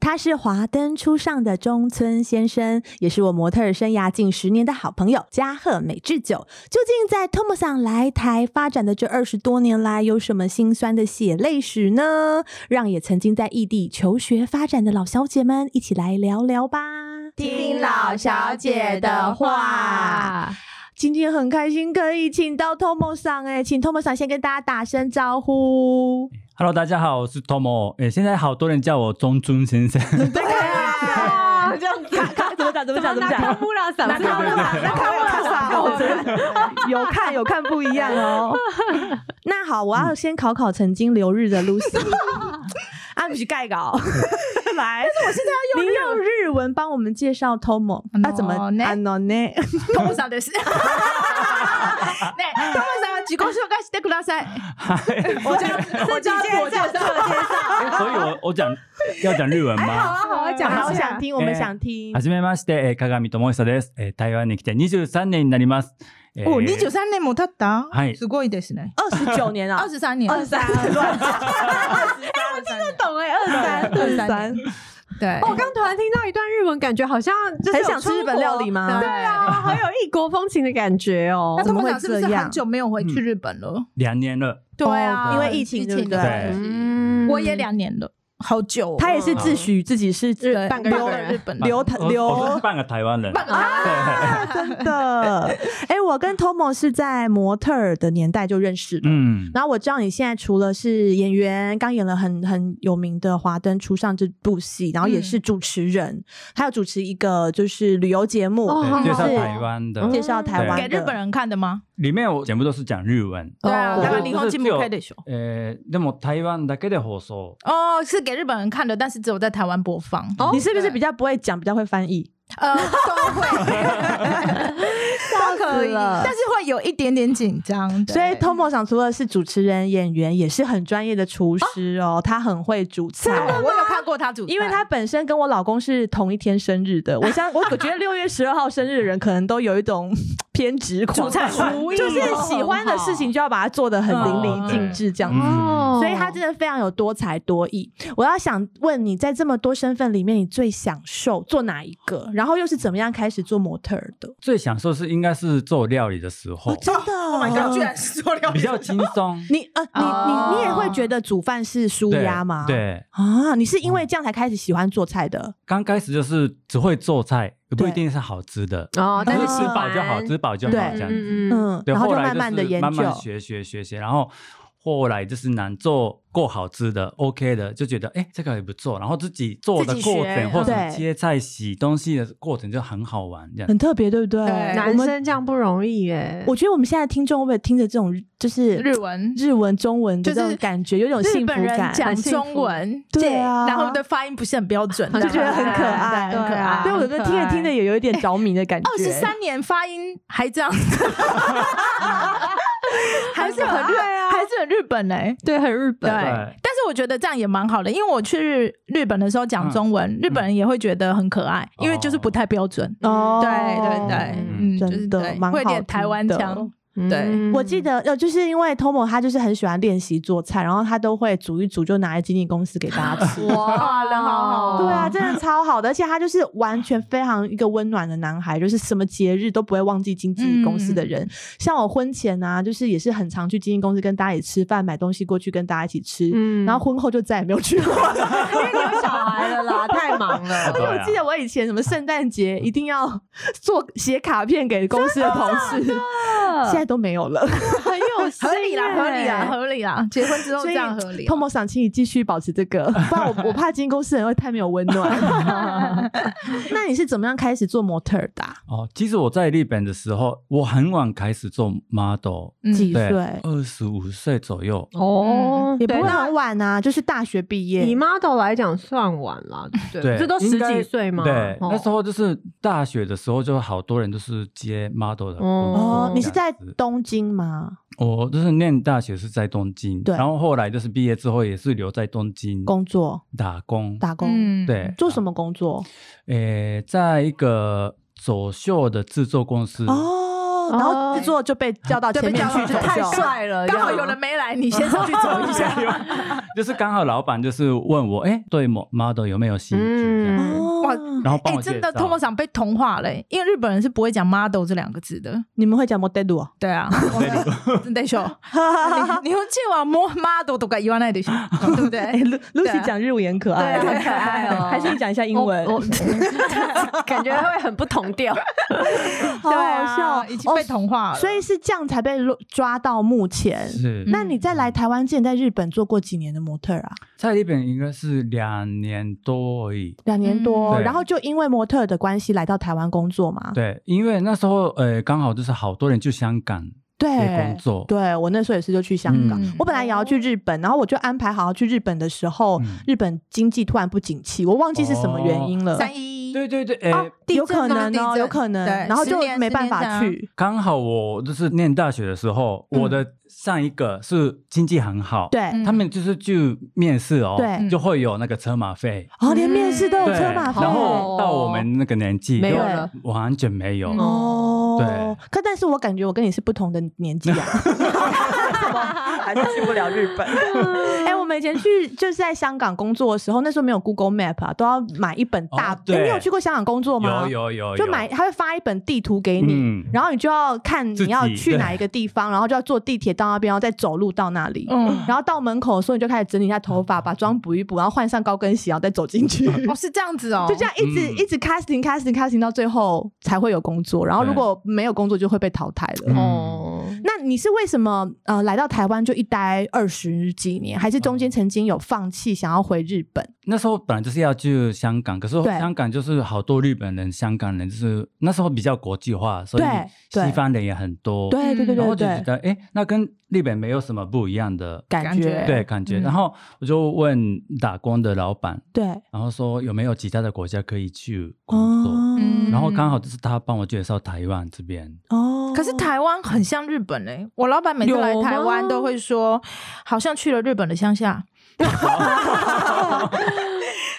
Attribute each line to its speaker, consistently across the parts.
Speaker 1: 他是华灯初上的中村先生，也是我模特儿生涯近十年的好朋友加贺美智久。究竟在 Tom 桑来台发展的这二十多年来，有什么辛酸的血泪史呢？让也曾经在异地求学发展的老小姐们一起来聊聊吧。
Speaker 2: 听老小姐的话。
Speaker 1: 今天很开心可以请到 Tomo 桑哎，请 Tomo 桑先跟大家打声招呼。
Speaker 3: Hello，大家好，我是 Tomo。诶，现在好多人叫我中尊先生。
Speaker 1: 对
Speaker 2: 哇，这样子，
Speaker 1: 怎么讲？怎么讲？怎么
Speaker 2: 拿
Speaker 1: 讲？
Speaker 2: 木拉嗓，
Speaker 1: 拿
Speaker 2: 拿
Speaker 1: 康
Speaker 2: 木
Speaker 1: 木
Speaker 2: 拉
Speaker 1: 拉
Speaker 2: 嗓，
Speaker 1: 嗓
Speaker 2: 拿康木拉嗓，我真的
Speaker 1: 有看有看不一样哦。那好，我要先考考曾经留 日的 Lucy。啊，不是盖稿，来，但是我现在要用您用日文帮我们介绍 Tomo，那怎么
Speaker 2: Nonne
Speaker 1: 啊 no 呢？
Speaker 2: トムさん です。ね、トムさんは自己紹介してください。我叫我叫我叫
Speaker 3: 所以我我讲要讲日文吗？
Speaker 2: 好好讲，
Speaker 1: 好
Speaker 2: 好
Speaker 1: 想
Speaker 2: 想听。
Speaker 1: 听，我们想听
Speaker 3: は。じめまして、えー、鏡智久です。えー、台湾に来て23年になります。
Speaker 1: 哎
Speaker 3: えー
Speaker 4: お、二十哦三年も経った。
Speaker 3: はい
Speaker 4: すごいですね。
Speaker 1: 二十九年啊
Speaker 4: 二，十三年，
Speaker 1: 二十三，乱讲，
Speaker 4: 二十三年，
Speaker 2: 懂哎，二三。
Speaker 1: 二十
Speaker 4: 二
Speaker 1: 三
Speaker 4: 三， 对
Speaker 2: 我，刚突然听到一段日文，感觉好像就是
Speaker 1: 哦很
Speaker 2: 有
Speaker 1: 想吃
Speaker 2: 出
Speaker 1: 日本料
Speaker 2: 国
Speaker 1: 理吗？
Speaker 2: 对啊，好有异国风情的感觉哦
Speaker 4: 那。
Speaker 1: 怎
Speaker 4: 他
Speaker 1: 么
Speaker 4: 们
Speaker 1: 会
Speaker 4: 俩是不是
Speaker 1: 这样
Speaker 4: 很久没有回去日本了？
Speaker 3: 两年了。
Speaker 4: 对啊，
Speaker 1: 因为疫情哦对不对
Speaker 4: 的关系
Speaker 2: 嗯
Speaker 4: 我也两年了，好久哦。
Speaker 1: 他也是自诩自己是日
Speaker 4: 对
Speaker 2: 半个日本人
Speaker 4: 日本
Speaker 1: 留
Speaker 4: 人，
Speaker 1: 留
Speaker 3: 我我
Speaker 1: 留
Speaker 3: 是半个台湾人。
Speaker 4: 半个啊，
Speaker 1: 真的。 哎、我跟 Tomo 是在模特儿的年代就认识的。
Speaker 3: 嗯，
Speaker 1: 然后我知道你现在除了是演员，刚演了很很有名的《华灯初上》这部戏，然后也是主持人，还有主持一个就是旅游节目，
Speaker 2: 哦
Speaker 3: 对介绍
Speaker 1: 是
Speaker 3: 台湾的，
Speaker 1: 介绍台湾
Speaker 4: 给
Speaker 1: 的
Speaker 4: 日本人看的吗？
Speaker 3: 里面我全部都是讲日文。
Speaker 1: 哦
Speaker 4: 对啊，だから
Speaker 3: 对
Speaker 4: 日本人も会でしょ。
Speaker 3: えー、でも台湾だけで放送。
Speaker 4: 哦，是给日本人看的，但是只有在台湾播放。
Speaker 2: 哦
Speaker 1: 你是不是比较不会讲，比较会翻译？
Speaker 4: 呃，都会，都 可以，
Speaker 1: 了
Speaker 4: 但是会有一点点紧张。对
Speaker 1: 所以 Tomo 想除了是主持人、演员，也是很专业的厨师哦，他很会煮菜。
Speaker 4: 我有看过他主，
Speaker 1: 因为他本身跟我老公是同一天生日的，我相我觉得六月十二号生日的人可能都有一种 偏执狂，
Speaker 4: 厨艺
Speaker 1: 就是喜欢的事情就要把它做得很淋漓尽致这样子。
Speaker 3: 嗯
Speaker 1: 所以他真的非常有多才多艺。我要想问你，在这么多身份里面，你最享受做哪一个？然后又是怎么样开始做模特儿的？
Speaker 3: 最享受是应该是做料理的时候，
Speaker 1: 真的，Oh
Speaker 4: 居然是做料
Speaker 3: 比
Speaker 4: 理，
Speaker 3: 较轻松。
Speaker 1: 你呃，你你你也
Speaker 4: 哦
Speaker 1: 会觉得煮饭是舒
Speaker 3: 对
Speaker 1: 压吗？
Speaker 3: 对，
Speaker 1: 啊，你是因为这样才开始喜欢做菜的？
Speaker 3: 刚开始就是只会做菜，也不
Speaker 1: 对
Speaker 3: 一定是好吃的，
Speaker 2: 哦，但是
Speaker 3: 吃
Speaker 2: 喜
Speaker 3: 饱
Speaker 2: 欢
Speaker 3: 就好，吃饱就好
Speaker 1: 对
Speaker 3: 这样子。
Speaker 2: 嗯嗯
Speaker 1: 嗯，
Speaker 3: 对，
Speaker 1: 然
Speaker 3: 后
Speaker 1: 就慢
Speaker 3: 来就
Speaker 1: 慢的
Speaker 3: 是
Speaker 1: 研
Speaker 3: 慢慢
Speaker 1: 究。
Speaker 3: 学学学学，然后后来就是能做够好吃的，OK 的，就觉得哎、诶这个也不错，然后自己做
Speaker 2: 自
Speaker 3: 的
Speaker 2: 己学
Speaker 3: 过程，或
Speaker 1: 对
Speaker 3: 者切菜、洗东西的过程就很好玩，这样
Speaker 1: 很。特别，对不对？
Speaker 4: 对
Speaker 1: 我
Speaker 2: 男
Speaker 1: 们
Speaker 2: 生这样不容易耶。
Speaker 1: 我觉得我们现在听众会不会听着这种就是
Speaker 4: 日文，
Speaker 1: 日文、中文的
Speaker 4: 就是
Speaker 1: 这种感觉，有种幸
Speaker 4: 日
Speaker 1: 福
Speaker 4: 本人
Speaker 1: 感，
Speaker 4: 讲
Speaker 1: 很幸
Speaker 4: 中
Speaker 1: 福。
Speaker 4: 文，
Speaker 1: 对啊
Speaker 4: 然后的发音不是很标准，
Speaker 2: 就
Speaker 1: 就觉得很可爱，
Speaker 4: 对
Speaker 2: 很可爱
Speaker 1: 对，我就听着听着。也有一点着迷的感觉。
Speaker 4: 二十哦三年发音还 这样子，还是很日，
Speaker 1: 啊
Speaker 4: 还是很日本哎、
Speaker 2: 对，很日
Speaker 4: 对，
Speaker 1: 嗯
Speaker 2: 本
Speaker 4: 但
Speaker 3: 对
Speaker 4: 是我觉得这样也蛮好的，因为我去日日本的时候讲
Speaker 3: 嗯
Speaker 4: 中文，日本人也会觉得很可爱，因为就是不太标准。
Speaker 1: 哦，
Speaker 4: 嗯对对对，嗯，就
Speaker 1: 真
Speaker 4: 是
Speaker 1: 的
Speaker 4: 对，
Speaker 1: 蛮好
Speaker 4: 会有点台湾
Speaker 1: 听的
Speaker 4: 腔。
Speaker 2: 对
Speaker 1: 我记得呃，就是因为 Tomo 他就是很喜欢练习做菜，然后他都会煮一煮就拿来经纪公司给大家吃。
Speaker 2: 哇，人好好，
Speaker 1: 对
Speaker 4: 哦
Speaker 1: 啊，，真的超好的，而且他就是完全非常一个温暖的男孩，就是什么节日都不会忘记经纪公司
Speaker 4: 嗯
Speaker 1: 的人。像我婚前啊，就是也是很常去经纪公司跟大家一起吃饭，买东西过去跟大家一起吃。
Speaker 2: 嗯
Speaker 1: 然后婚后就再也没有去过 了。
Speaker 2: 因为你有小孩了啦，太忙了。
Speaker 1: 因为我
Speaker 3: 对啊
Speaker 1: 记得我以前什么圣诞节一定要做写卡片给公司的同事，现在都没有了。
Speaker 2: 很有
Speaker 4: 合理啦，合理啦，
Speaker 2: 理。
Speaker 4: 合理啦！结婚之后
Speaker 1: 所
Speaker 4: 这
Speaker 1: 以
Speaker 4: 样合理啊。
Speaker 1: ，Tomo 想请你继续保持这个，不然我我怕经纪公司人会太没有温 暖。那你是怎么样开始做模特儿的啊、
Speaker 3: 哦，其实我在日本的时候，我很晚开始做 model，
Speaker 4: 嗯
Speaker 1: 几
Speaker 3: 对
Speaker 1: 岁，？
Speaker 3: 二十五岁左右。
Speaker 2: 哦，
Speaker 1: 也不
Speaker 2: 对
Speaker 1: 会
Speaker 2: 那
Speaker 1: 很晚啊，就是大学毕
Speaker 2: 以
Speaker 1: 业。
Speaker 2: model 来讲算晚了，对不
Speaker 3: 对，
Speaker 2: 这都十
Speaker 3: 应该
Speaker 2: 几岁嘛。
Speaker 3: 对，
Speaker 2: 哦
Speaker 3: 那时候就是大学的时候，就好多人都是接 model 的工作。
Speaker 2: 哦
Speaker 1: 哦，你是在
Speaker 3: 这样子
Speaker 1: 东京吗？
Speaker 3: 我就是念大学是在东京，
Speaker 1: 对
Speaker 3: 然后后来就是毕业之后也是留在东京
Speaker 1: 工作
Speaker 3: 打工。
Speaker 1: 打工、
Speaker 4: 嗯，
Speaker 3: 对，
Speaker 1: 做什么工作？
Speaker 3: 诶，在一个走秀的制作公司。
Speaker 1: 哦，哦，然后制作就被叫到
Speaker 2: 就
Speaker 1: 前
Speaker 2: 被
Speaker 1: 面
Speaker 2: 叫
Speaker 1: 去
Speaker 2: 到
Speaker 1: 走
Speaker 2: 太
Speaker 1: 秀。
Speaker 2: 帅了，刚好有人没来，你先上去走一下。
Speaker 3: 就是刚好老板就是问我，哎、对某 model 有没有兴趣？这样
Speaker 4: 嗯
Speaker 1: 哦
Speaker 2: 哇
Speaker 3: 然后帮
Speaker 2: 哎，
Speaker 3: 我介
Speaker 2: 真的，
Speaker 3: 绍
Speaker 2: 通过长被同化了、因为日本人是不会讲 model 这两个字的。
Speaker 1: 你们会讲 model 哦？
Speaker 2: 对啊，我们真的秀， 你你用今晚 model 都该言わないでしょ，对不
Speaker 1: 哎
Speaker 2: 对？
Speaker 1: ，Lu
Speaker 2: 对
Speaker 1: Lucy
Speaker 2: 啊
Speaker 1: 讲日文也很可爱，
Speaker 2: 对啊
Speaker 4: 很可爱哦
Speaker 1: 还是你讲一下英
Speaker 4: 我
Speaker 1: 文？
Speaker 4: 我感觉会很不同调。
Speaker 1: 好
Speaker 2: 对
Speaker 1: 好笑
Speaker 2: 啊，
Speaker 1: 哦，
Speaker 2: 已经被同化了。
Speaker 1: 所以是这样才被录抓到目前。
Speaker 3: 是
Speaker 1: 那你在来台湾之前，在日本做过几年的模特儿啊？
Speaker 3: 在日本应该是两年多而已。
Speaker 1: 两年多，
Speaker 3: 嗯对
Speaker 1: 然后就因为模特儿的关系来到台湾工作嘛。
Speaker 3: 对，因为那时候呃刚好就是好多人去香港去工
Speaker 1: 对，
Speaker 3: 作，
Speaker 1: 对我那时候也是就去香港
Speaker 2: 嗯，
Speaker 1: 我本来也要去日本，然后我就安排好要去日本的时候
Speaker 3: 嗯，
Speaker 1: 日本经济突然不景气，我忘记是什么原因了。
Speaker 2: 哦三一一
Speaker 3: 对对对，哎、
Speaker 2: 哦地
Speaker 1: 呃有
Speaker 2: 震
Speaker 1: 可能
Speaker 2: 地
Speaker 1: 哦，
Speaker 2: 震
Speaker 1: 有可能，
Speaker 2: 对
Speaker 1: 然后就
Speaker 2: 十年
Speaker 1: 没办法。
Speaker 2: 十年前啊
Speaker 1: 去。
Speaker 3: 刚好我就是念大学的时候，
Speaker 1: 嗯
Speaker 3: 我的上一个是经济很好，
Speaker 1: 对，
Speaker 2: 嗯
Speaker 3: 他们就是去面试哦，
Speaker 1: 对
Speaker 3: 就会有那个车马费，
Speaker 1: 然哦后连面试都有
Speaker 3: 对，
Speaker 1: 车马费
Speaker 3: 然后到我们那个年纪
Speaker 4: 没
Speaker 1: 有
Speaker 3: 就
Speaker 4: 了
Speaker 3: 完全没有。
Speaker 4: 嗯
Speaker 1: 哦。
Speaker 3: 对，
Speaker 1: 可但是我感觉我跟你是不同的年 纪啊， 还是去不了日本。 哎、我们以前去就是在香港工作的时候，那时候没有 Google Map 啊，都要买一本大。
Speaker 3: 哦对
Speaker 1: 哎你有去过香港工作吗？
Speaker 3: 有有有，
Speaker 1: 啊就
Speaker 3: 有
Speaker 1: 买，他会发一本地图给你，
Speaker 3: 嗯
Speaker 1: 然后你就要看
Speaker 3: 自
Speaker 1: 你
Speaker 3: 己
Speaker 1: 要去
Speaker 3: 对
Speaker 1: 哪一个地方，然后就要坐地铁到那边，然后再走路到那里。
Speaker 2: 嗯，
Speaker 1: 然后到门口的时候，你就开始整理一下头发，把妆补一补，然后换上高跟鞋，然后再走进去。
Speaker 2: 哦是这样子哦，
Speaker 1: 就这样一直、
Speaker 3: 嗯
Speaker 1: 一直 casting casting casting 到最后才会有工作，然后
Speaker 3: 对
Speaker 1: 如果没有工作就会被淘汰了。
Speaker 3: 嗯
Speaker 4: 哦，
Speaker 1: 那你是为什么呃来到台湾就一待二十几年，还是中间曾经有放弃想要回日本？
Speaker 3: 那时候本来就是要去香港，可是
Speaker 1: 对
Speaker 3: 香港就是好多日本人、香港人，就是那时候比较国际化，所以
Speaker 1: 对对
Speaker 3: 西方人也很多。
Speaker 1: 对对对
Speaker 3: 然后
Speaker 1: 对对，
Speaker 3: 就觉得哎，诶那跟日本没有什么不一样的
Speaker 1: 感
Speaker 2: 感
Speaker 1: 觉
Speaker 2: 觉
Speaker 3: 对感觉。
Speaker 2: 嗯
Speaker 3: 然后我就问打工的老板，
Speaker 1: 对
Speaker 3: 然后说有没有其他的国家可以去工作，
Speaker 1: 哦
Speaker 2: 嗯
Speaker 3: 然后刚好就是他帮我介绍台湾这边。
Speaker 1: 哦，
Speaker 2: 可是台湾很像日本嘞、欸我老板每次
Speaker 1: 有
Speaker 2: 来台湾
Speaker 1: 吗
Speaker 2: 都会说，好像去了日本的 乡下。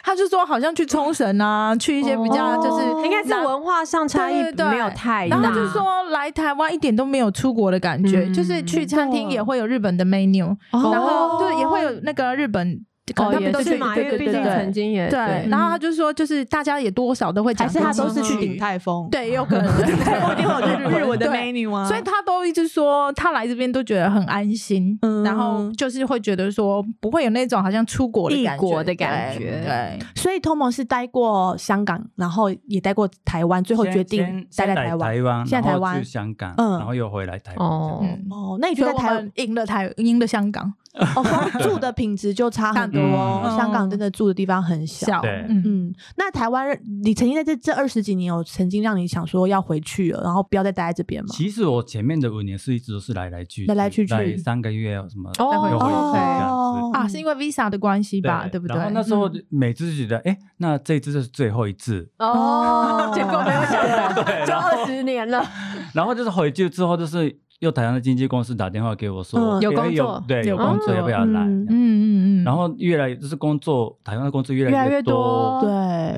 Speaker 2: 他就说好像去冲绳啊，去一些比较就是、
Speaker 1: 哦
Speaker 4: 应该是文化上差异
Speaker 2: 对对对
Speaker 4: 没有太大。
Speaker 2: 然后就说来台湾一点都没有出国的感觉，
Speaker 4: 嗯
Speaker 2: 就是去餐厅
Speaker 1: 真的
Speaker 2: 也会有日本的 menu，、
Speaker 1: 哦
Speaker 2: 然后就也会有那个日本，可能
Speaker 4: 哦，
Speaker 2: 他
Speaker 4: 也
Speaker 2: 们都
Speaker 4: 是
Speaker 2: 去
Speaker 4: 嘛，因
Speaker 2: 对对
Speaker 4: 为毕
Speaker 2: 对
Speaker 4: 竟
Speaker 2: 对
Speaker 4: 曾经也
Speaker 2: 对
Speaker 4: 对，
Speaker 2: 然后他就说就是大家也多少都会讲
Speaker 1: 嗯还
Speaker 2: 自
Speaker 1: 是
Speaker 2: 己，
Speaker 1: 他都是去鼎泰丰，，
Speaker 2: 对，也 有可能
Speaker 1: 我一定会有日日文的
Speaker 2: 对
Speaker 1: menu 啊，
Speaker 2: 所以他都一直说他来这边都觉得很安心，
Speaker 1: 嗯
Speaker 2: 然后就是会觉得说不会有那种好像出国的感觉
Speaker 4: 异国的感觉
Speaker 2: 对，
Speaker 1: 所以 Tomo 是待过香港，然后也待过台湾，最后决
Speaker 3: 先
Speaker 1: 定待
Speaker 3: 先
Speaker 1: 在
Speaker 3: 来
Speaker 1: 台湾。
Speaker 3: 台湾，
Speaker 1: 现在台
Speaker 3: 然后
Speaker 1: 湾
Speaker 3: 去香港，
Speaker 1: 嗯
Speaker 3: 然后又回来台湾。
Speaker 4: 哦
Speaker 3: 这样，
Speaker 2: 嗯。
Speaker 1: 哦，那你就
Speaker 2: 所
Speaker 1: 在
Speaker 2: 以我
Speaker 1: 台
Speaker 2: 们赢了台，赢了香港，
Speaker 1: 哦，光住的品质就 差很多哦。
Speaker 2: 嗯
Speaker 1: 香港真的住的地方很小。
Speaker 2: 小，
Speaker 3: 对
Speaker 2: 嗯，
Speaker 1: 嗯，那台湾，你曾经在这这二十几年，有曾经让你想说要回去了，然后不要再待在这边吗？
Speaker 3: 其实我前面的五年是一直都是来来去
Speaker 1: 来来去去
Speaker 3: 来三个月什么
Speaker 4: 哦
Speaker 3: 再回去这样
Speaker 1: 哦
Speaker 3: 子。
Speaker 2: 啊，是因为 Visa 的关系吧，对不嗯对？
Speaker 3: 然后那时候
Speaker 1: 嗯
Speaker 3: 每次就觉得，哎，那这一次就是最后一次，
Speaker 1: 哦
Speaker 4: 哦，结果没有想到， 就二十年了，
Speaker 3: 然后就是回去之后，就是又台湾的经纪公司打电话给我说
Speaker 1: 嗯，
Speaker 4: 有
Speaker 3: 哎
Speaker 4: 工作
Speaker 3: 对，有
Speaker 2: 有
Speaker 3: 工
Speaker 2: 工
Speaker 3: 作
Speaker 2: 作
Speaker 3: 要不要来？
Speaker 1: 嗯
Speaker 2: 嗯嗯嗯，
Speaker 3: 然后越来就是工作，台湾的工作越
Speaker 4: 越来
Speaker 3: 来
Speaker 4: 越
Speaker 3: 多
Speaker 4: 多，
Speaker 3: 对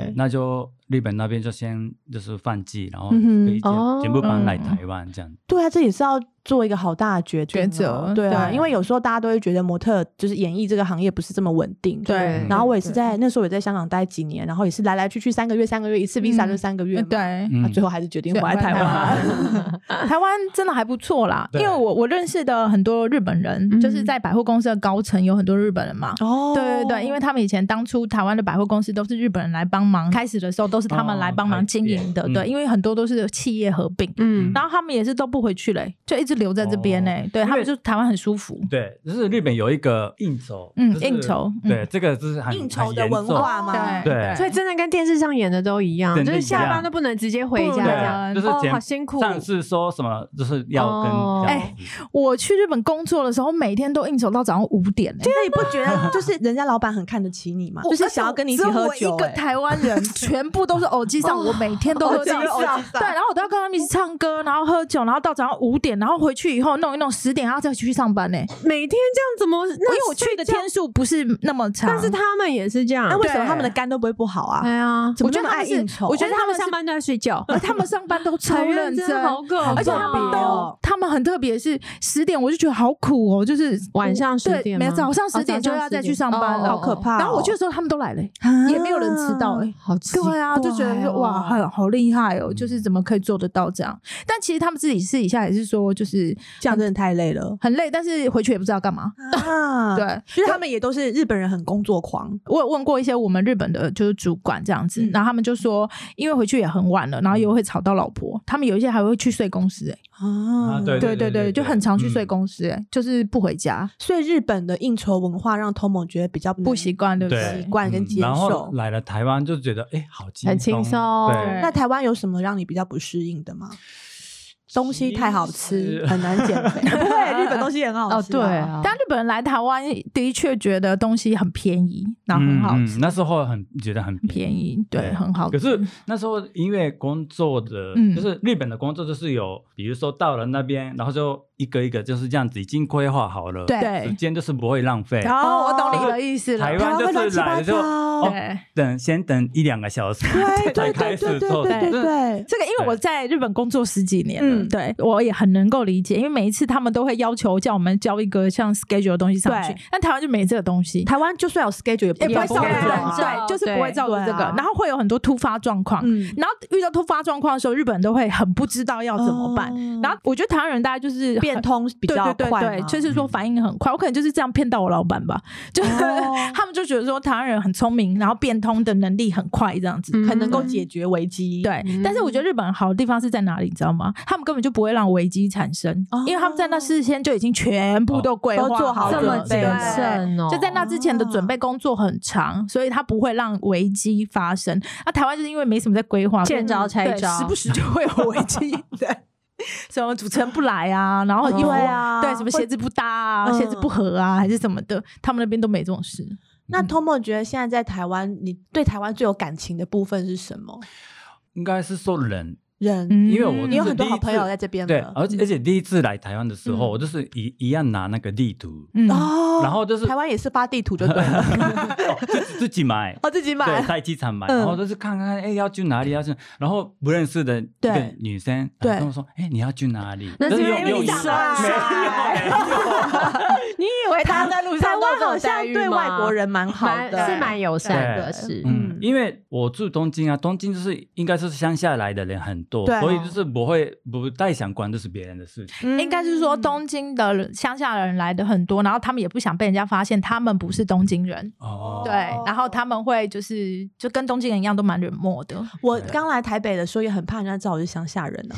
Speaker 1: 对，
Speaker 3: 那就日本那边就先就是放弃，然后
Speaker 1: 嗯哼
Speaker 3: 可以
Speaker 4: 哦
Speaker 3: 全全部搬来
Speaker 2: 嗯
Speaker 3: 台湾这样。
Speaker 1: 对啊，这也是要做一个好大的决定
Speaker 2: 抉
Speaker 1: 哦
Speaker 2: 择
Speaker 1: 对啊，
Speaker 2: 对
Speaker 1: 因为有时候大家都会觉得模特就是演艺这个行业不是这么稳定，
Speaker 2: 对
Speaker 1: 然后我也是在那时候也在香港待几年，然后也是来来去去三个月，三个月一次 visa
Speaker 2: 嗯
Speaker 1: 就三个月
Speaker 2: 呃
Speaker 1: 嘛，
Speaker 2: 对，
Speaker 1: 啊
Speaker 3: 嗯，
Speaker 1: 最后还是决定回来
Speaker 2: 对
Speaker 1: 台
Speaker 2: 回来
Speaker 1: 湾。
Speaker 2: 台湾真的还不错啦，因
Speaker 3: 对
Speaker 2: 为我我认识的很多日本人，
Speaker 4: 嗯
Speaker 2: 就是在百货公司的高层有很多日本人嘛。
Speaker 1: 哦
Speaker 2: 对对对，因为他们以前当初台湾的百货公司都是日本人来帮忙，开始的时候都是他们来帮忙经营的，
Speaker 3: 哦开店
Speaker 2: 对，
Speaker 3: 嗯
Speaker 2: 因为很多都是企业合并，
Speaker 4: 嗯
Speaker 2: 然后他们也是都不回去嘞、就一直留在这边嘞、
Speaker 3: 哦
Speaker 2: 对他们就台湾很舒服，
Speaker 3: 对，就是日本有一个应酬，
Speaker 2: 嗯
Speaker 3: 就是
Speaker 2: 应酬嗯
Speaker 3: 对，这个就是很
Speaker 1: 应酬
Speaker 3: 很
Speaker 1: 的
Speaker 3: 严
Speaker 1: 文
Speaker 3: 重
Speaker 1: 化吗？
Speaker 2: 对
Speaker 3: 对
Speaker 4: 所以真的跟电视上演的都一样，
Speaker 3: 真
Speaker 4: 就
Speaker 3: 的
Speaker 4: 是
Speaker 3: 一
Speaker 4: 下班
Speaker 3: 样
Speaker 4: 都不能直接回
Speaker 2: 不能
Speaker 4: 家，
Speaker 3: 对，就是
Speaker 4: 哦
Speaker 3: 前
Speaker 4: 好辛苦
Speaker 3: 上次说什么就是要跟
Speaker 4: 哦
Speaker 3: 这样
Speaker 2: 哎
Speaker 3: 子
Speaker 2: 我去日本工作的时候，每天都应酬到早上五点欸嘞、
Speaker 1: 那你不觉得就是人家老板很看得起你吗？就是想要跟你一起喝
Speaker 2: 只有
Speaker 1: 酒、
Speaker 2: 我一个
Speaker 1: 欸
Speaker 2: 台湾人，全部都是偶机上，我每天都
Speaker 1: 哦
Speaker 2: 喝到
Speaker 1: 偶机上
Speaker 2: 对，然后我都要跟他们一起唱歌，然后喝酒，然后到早上五点，然后回去以后弄一弄，十点然后再去上班呢、
Speaker 4: 每天这样怎么？那
Speaker 2: 因为我去的啊天数不是那么长，
Speaker 4: 但是他们也是这样
Speaker 1: 那。为什么他们的肝都不会不好啊？
Speaker 4: 哎呀，
Speaker 2: 怎么那么
Speaker 4: 我觉得他们
Speaker 2: 爱
Speaker 4: 是
Speaker 2: 应酬
Speaker 4: 我觉得他
Speaker 2: 而且他
Speaker 4: 们
Speaker 2: 们
Speaker 4: 上
Speaker 2: 是
Speaker 4: 班都在睡觉，
Speaker 2: 他们上班 都超
Speaker 4: 很
Speaker 2: 认真，
Speaker 4: 好可怕哦，
Speaker 2: 而且他们都，他们很特别，是十点我就觉得好苦哦，就是
Speaker 4: 晚上10点
Speaker 2: 对
Speaker 4: 吗
Speaker 2: 没有早上
Speaker 4: 哦
Speaker 2: 十点就
Speaker 4: 早上
Speaker 2: 要再去
Speaker 4: 10
Speaker 2: 上班了，
Speaker 1: 好可怕哦
Speaker 2: 然后我去的时候他们都来了，
Speaker 1: 啊
Speaker 2: 也没有人迟到哎。
Speaker 4: 好奇
Speaker 2: 对啊，就觉得说
Speaker 4: 怪哦
Speaker 2: 哇，好好厉害哦！就是怎么可以做得到这样？但其实他们自己私底下也是说，就是
Speaker 1: 这样真的太累 了
Speaker 2: 很累，但是回去也不知道干嘛。
Speaker 1: 啊！
Speaker 2: 对，
Speaker 1: 其实他们也都是日本人，很工作狂。
Speaker 2: 我有问过一些我们日本的，就是主管这样子，然后他们就说，因为回去也很晚了，然后又会吵到老婆，他们有一些还会去睡公司、欸，
Speaker 1: 啊
Speaker 3: 啊对
Speaker 2: 对对对，
Speaker 3: 对
Speaker 2: 就很常去
Speaker 3: 嗯
Speaker 2: 睡公司、欸，就是不回家，
Speaker 1: 所以日本的应酬文化让 Tomo 觉得比较
Speaker 2: 不
Speaker 1: 不
Speaker 2: 习。惯，对不
Speaker 3: 对
Speaker 2: 对？
Speaker 1: 习惯跟
Speaker 3: 嗯
Speaker 1: 接
Speaker 3: 然后
Speaker 1: 受
Speaker 3: 来了台湾就觉得哎，好轻
Speaker 4: 很轻松
Speaker 3: 对，
Speaker 1: 那台湾有什么让你比较不适应的吗？东西太好吃，
Speaker 3: 其实
Speaker 1: 很难减 肥。不会，日本东西也很好吃、啊。
Speaker 2: 但日本人来台湾的确觉得东西很便宜，然后很好吃，
Speaker 3: 嗯嗯那时候很觉得很
Speaker 2: 很便宜，对，
Speaker 3: 对
Speaker 2: 很好吃。
Speaker 3: 可是那时候因为工作的，
Speaker 2: 嗯
Speaker 3: 就是日本的工作就是有，比如说到了那边，然后就一个一个就是这样子，已经规划好了，时
Speaker 2: 对，
Speaker 3: 间就是不会浪费。
Speaker 2: 哦，我懂
Speaker 1: 哦
Speaker 2: 你的意思
Speaker 3: 台
Speaker 2: 了。
Speaker 3: 湾
Speaker 1: 台湾会
Speaker 3: 就
Speaker 1: 乱七
Speaker 3: 是来
Speaker 1: 八
Speaker 3: 了就
Speaker 1: 糟
Speaker 3: 哦，
Speaker 2: 对。
Speaker 3: 等先等一两个小时
Speaker 1: 对
Speaker 3: 才
Speaker 1: 对
Speaker 3: 开
Speaker 1: 对
Speaker 3: 始
Speaker 1: 对对
Speaker 3: 做，
Speaker 1: 对对
Speaker 3: 真的
Speaker 1: 对，
Speaker 2: 这个，因为
Speaker 3: 对
Speaker 2: 我在日本工作十几年了，
Speaker 1: 嗯
Speaker 2: 对我也很能够理解，因为每一次他们都会要求叫我们交一个像 schedule 的东西上去
Speaker 1: 对，
Speaker 2: 但台湾就没这个东西。
Speaker 1: 台湾就算有 schedule 也不
Speaker 2: 也
Speaker 1: 也
Speaker 2: 不会
Speaker 1: 不
Speaker 2: 照
Speaker 1: 会
Speaker 2: 着
Speaker 1: 这样
Speaker 4: 啊
Speaker 1: 啊
Speaker 2: 对，就是不会照着这
Speaker 1: 对
Speaker 2: 个
Speaker 1: 啊，
Speaker 2: 然后会有很多突发状况，
Speaker 1: 嗯，
Speaker 2: 然后遇到突发状况的时候，日本人都会很不知道要怎么办。
Speaker 1: 哦
Speaker 2: 然后我觉得台湾人大概就是
Speaker 1: 变
Speaker 2: 很
Speaker 1: 通比较
Speaker 2: 对
Speaker 1: 快嘛，嗯
Speaker 2: 对对对，就是说反应很快。我可能就是这样骗到我老板吧，就是、
Speaker 1: 哦
Speaker 2: 他们就觉得说台湾人很聪明，然后变通的能力很快这样子。
Speaker 1: 很能够解决危机。嗯
Speaker 2: 对，但是我觉得日本好的地方是在哪里，你知道吗？他们根本就不会让危机产生，
Speaker 1: 哦
Speaker 2: 因为他们在那事先就已经全部都规划、
Speaker 1: 哦都做好
Speaker 4: 这么
Speaker 2: 了
Speaker 4: 谨
Speaker 2: 对
Speaker 4: 慎哦，
Speaker 2: 就在那之前的准备工作很长，所以他不会让危机发生。那、台湾就是因为没什么在规划，
Speaker 4: 见招拆
Speaker 2: 对
Speaker 4: 招
Speaker 2: 时不时就会有危 机。对，什么主持人不来啊，然后
Speaker 1: 哦
Speaker 2: 衣服
Speaker 1: 对啊嗯
Speaker 2: 对，什么鞋子不搭啊，
Speaker 1: 会
Speaker 2: 鞋子不合啊，还是什么的，他们那边都没这种事。
Speaker 1: 那 Tomo 觉得现在在台湾，你对台湾最有感情的部分是什么？
Speaker 3: 应该是说人，
Speaker 1: 人，
Speaker 2: 嗯
Speaker 3: 因为我
Speaker 1: 你有
Speaker 3: 就是
Speaker 1: 很多
Speaker 3: 第一
Speaker 1: 好朋友
Speaker 3: 次
Speaker 1: 在这边
Speaker 3: 对，
Speaker 1: 了
Speaker 3: 而且而且第一次来台湾的时候，
Speaker 1: 嗯
Speaker 3: 我就是一一样拿那个地图，
Speaker 2: 嗯，
Speaker 1: 哦，
Speaker 3: 然后就是
Speaker 1: 台湾也是发地图就对 了，
Speaker 3: 哦自己自己买，
Speaker 1: 哦，自己
Speaker 3: 对，
Speaker 1: 买，
Speaker 3: 在机场买，
Speaker 1: 嗯
Speaker 3: 然后就是看看，哎，要去哪里？要去，然后不认识的一
Speaker 1: 对
Speaker 3: 个女生，
Speaker 1: 对
Speaker 3: 然后跟我说，哎，你要去哪里？
Speaker 4: 那是因为
Speaker 3: 但有有
Speaker 4: 你长
Speaker 3: 有
Speaker 4: 得
Speaker 2: 啊
Speaker 1: 帅
Speaker 3: 没有没有
Speaker 4: 你以为他在路
Speaker 1: 台
Speaker 4: 上都有
Speaker 1: 湾
Speaker 4: 这
Speaker 1: 好
Speaker 4: 种
Speaker 1: 像
Speaker 4: 待遇
Speaker 1: 对
Speaker 4: 吗
Speaker 1: 外国人蛮好
Speaker 4: 蛮
Speaker 1: 的，
Speaker 4: 是蛮友善的，是
Speaker 3: 嗯
Speaker 1: 嗯，
Speaker 3: 因为我住东京啊，东京就是应该是乡下来的人很多
Speaker 1: 对，
Speaker 3: 所以就是不会不太想管就是别人的事情。
Speaker 1: 嗯
Speaker 2: 应该是说东京的人乡下人来的很多，然后他们也不想被人家发现他们不是东京人。
Speaker 3: 哦
Speaker 2: 对，然后他们会就是就跟东京人一样，都蛮冷漠的。
Speaker 1: 我刚来台北的时候也很怕人家知道我是乡下人啊，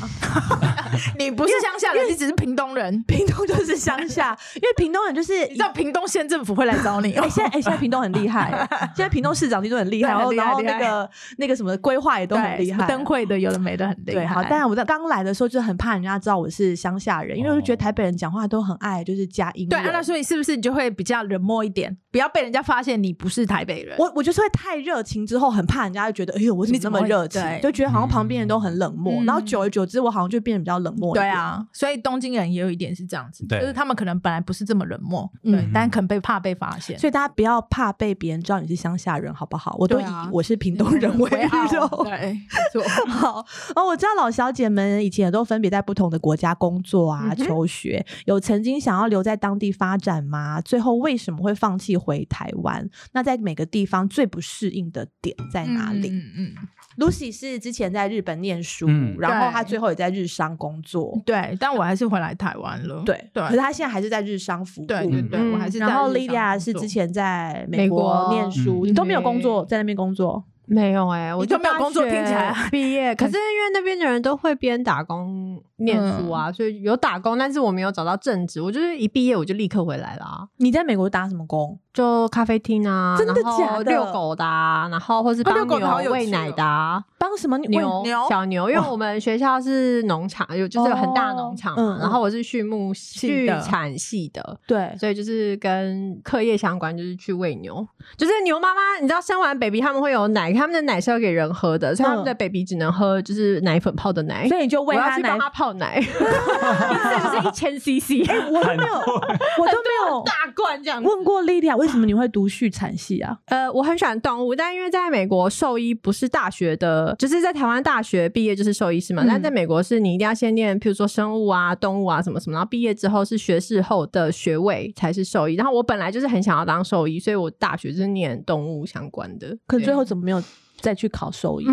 Speaker 2: 你不是乡下人，你只是屏东人。
Speaker 1: 屏东就是乡 下，因为屏东人就是
Speaker 2: 你知道屏东县政府会来找你哦
Speaker 1: 哎、。现在哎、现在屏东很厉 害，现在屏东市长听说很厉害，
Speaker 2: 对
Speaker 1: 然后
Speaker 2: 很厉害
Speaker 1: 然后
Speaker 2: 厉
Speaker 1: 那
Speaker 2: 害
Speaker 1: 个那个什么规划也 都很
Speaker 2: 对，
Speaker 1: 厉
Speaker 2: 什
Speaker 1: 害，
Speaker 2: 么灯会的有的没的很厉害。
Speaker 1: 对，好，但我在刚来的时候就很怕人家知道我是乡下人，因为我就觉得台北人讲话都很爱就是加英文。
Speaker 2: 哦对，啊那所以是不是你就会比较冷漠一点，不要被人家发现你不是台北人？
Speaker 1: 我我就是会太热情，之后很怕人家就觉得，哎呦，我怎么
Speaker 2: 你
Speaker 1: 那
Speaker 2: 怎么
Speaker 1: 么
Speaker 2: 会
Speaker 1: 热情，
Speaker 2: 对
Speaker 1: 就觉得好像旁边人都很冷漠，
Speaker 2: 嗯
Speaker 1: 然后久而久之，我好像就变得比较冷漠。
Speaker 2: 对，啊，所以东京人也有一点是这样子，
Speaker 3: 对
Speaker 2: 就是他们可能本来不是这么冷漠，
Speaker 1: 嗯
Speaker 2: 对，但可能被怕被发现。
Speaker 1: 所以大家不要怕被别人知道你是乡下人，好不好？我都以
Speaker 2: 对啊
Speaker 1: 我是屏东人为荣。
Speaker 2: 对，没错。
Speaker 1: 好 哦，我知道老小姐们以前也都分别在不同的国家工作啊、
Speaker 4: 嗯哼
Speaker 1: 求学，有曾经想要留在当地发展吗？最后为什么会放弃回台湾？那在每个地方最不适应的点在哪里、
Speaker 2: 嗯嗯，
Speaker 1: l u c y 是之前在日本念书，
Speaker 3: 嗯
Speaker 1: 然后
Speaker 2: 对
Speaker 1: 她最后也在日商工作
Speaker 2: 嗯，对，但我还是回来台湾了。
Speaker 1: 对，
Speaker 2: 对
Speaker 1: 可是她现在还是在日商服务。
Speaker 2: 对对对，
Speaker 4: 嗯
Speaker 2: 我还是在
Speaker 1: 然后
Speaker 2: 日常
Speaker 1: Lydia
Speaker 2: 工
Speaker 1: 是
Speaker 2: 作
Speaker 1: 之前在美
Speaker 4: 美
Speaker 1: 国
Speaker 4: 国
Speaker 1: 念书，
Speaker 4: 嗯
Speaker 1: 你都没有工作，在那边工作，
Speaker 4: 没有哎，我
Speaker 2: 你都
Speaker 4: 就
Speaker 2: 没有
Speaker 4: 大
Speaker 2: 工作
Speaker 4: 学
Speaker 2: 听起来嗯
Speaker 4: 毕业，可是因为那边的人都会边打工念书
Speaker 2: 嗯
Speaker 4: 啊，所以有打工，但是我没有找到正职，我就是一毕业我就立刻回来啦。
Speaker 1: 你在美国打什么工？
Speaker 4: 就咖啡厅啊，
Speaker 1: 真的
Speaker 4: 然后
Speaker 1: 假的
Speaker 4: 遛狗的、啊，然后或是
Speaker 2: 啊遛
Speaker 4: 帮
Speaker 2: 狗的好
Speaker 4: 牛
Speaker 2: 有
Speaker 4: 喂
Speaker 2: 趣
Speaker 4: 奶
Speaker 2: 哦
Speaker 4: 的、啊，
Speaker 1: 帮什么
Speaker 4: 牛
Speaker 2: 牛哦
Speaker 4: 小牛，因为我们学校是农场，有就是有很大农场嘛
Speaker 1: 哦嗯
Speaker 4: 然后我是畜牧
Speaker 2: 系
Speaker 4: 畜
Speaker 2: 的
Speaker 4: 产系的，
Speaker 1: 对，
Speaker 4: 所以就是跟课业相关，就是去喂牛，就是牛妈妈，你知道生完 baby 他们会有奶他们的奶是要给人喝的，所以他们的 baby 只能喝就是奶粉泡的奶。
Speaker 1: 嗯所以你就
Speaker 4: 我
Speaker 1: 喂
Speaker 4: 要
Speaker 1: 他
Speaker 4: 去
Speaker 1: 奶
Speaker 4: 帮，他泡 奶，一次就是一千 CC，
Speaker 1: 我都没有，我都没有
Speaker 4: 大罐这样子。
Speaker 1: 问过 Lydia 为什么你会读畜产系啊？
Speaker 4: 呃，我很喜欢动物，但因为在美国兽医不是大学的，就是在台湾大学毕业就是兽医师嘛，
Speaker 1: 嗯
Speaker 4: 但在美国是你一定要先念，譬如说生物啊、动物啊什么什么，然后毕业之后是学士后的学位才是兽医。然后我本来就是很想要当兽医，所以我大学就是念动物相关的。
Speaker 1: 可
Speaker 4: 对
Speaker 1: 最后怎么没有再去考兽医？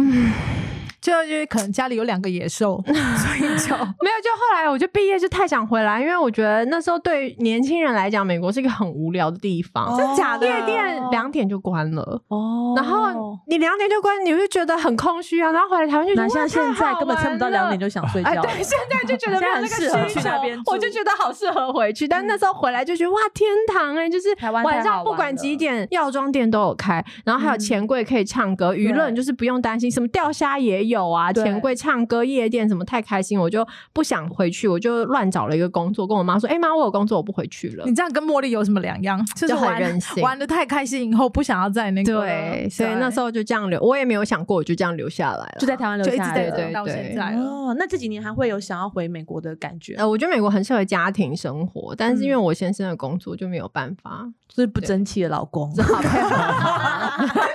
Speaker 2: 最后就是可能家里有两个 野兽，所以就
Speaker 4: 没有，就后来我就毕业就太想回来，因为我觉得那时候对于年轻人来讲，美国是一个很无聊的地方，
Speaker 1: 哦真假的
Speaker 4: 夜店两点就关了。
Speaker 1: 哦，
Speaker 4: 然后你两点就关，你就觉得很空虚啊。然后回来台湾就觉
Speaker 1: 哪
Speaker 4: 得
Speaker 1: 像
Speaker 4: 哇
Speaker 1: 现在
Speaker 4: 太好
Speaker 1: 根本撑不到
Speaker 4: 玩了
Speaker 1: 两点就想睡觉
Speaker 4: 哎，
Speaker 1: 了。
Speaker 4: 对，现在就觉得没有那
Speaker 1: 现在很
Speaker 4: 个
Speaker 1: 适
Speaker 4: 需
Speaker 1: 合去那边
Speaker 4: 求，我就
Speaker 1: 住嗯
Speaker 4: 觉得好适合回去。但那时候回来就觉得哇，天堂哎、就是
Speaker 1: 台湾太好
Speaker 4: 晚上不
Speaker 1: 玩
Speaker 4: 管
Speaker 1: 了
Speaker 4: 几点，药妆店都有开，然后还有
Speaker 1: 嗯
Speaker 4: 钱柜可以唱歌，娱乐你就是不用担心，什么钓虾也有啊，
Speaker 1: 对
Speaker 4: 钱柜唱歌、夜店什么太开心，我就不想回去，我就乱找了一个工作，跟我妈说，哎、妈，我有工作，我不回去了
Speaker 2: 你。这样跟茉莉有什么两样？就是
Speaker 4: 就很
Speaker 2: 玩
Speaker 4: 任性
Speaker 2: 玩的太开心，以后不想要再那个了。
Speaker 4: 对，所以那时
Speaker 2: 候
Speaker 4: 候就这样留，我也没有想过，我就这样留下来了。
Speaker 1: 就在台湾留
Speaker 2: 就一直
Speaker 1: 下来
Speaker 2: 在
Speaker 1: 了。
Speaker 4: 对
Speaker 2: 到现在了。哦
Speaker 1: 哦，那这几年还会有想要回美国的感觉，
Speaker 4: 呃，我觉得美国很适合家庭生活，但是因为
Speaker 1: 嗯
Speaker 4: 我先生的工作就没有办法，
Speaker 1: 就是不争气的老公
Speaker 4: 只。好配 合他，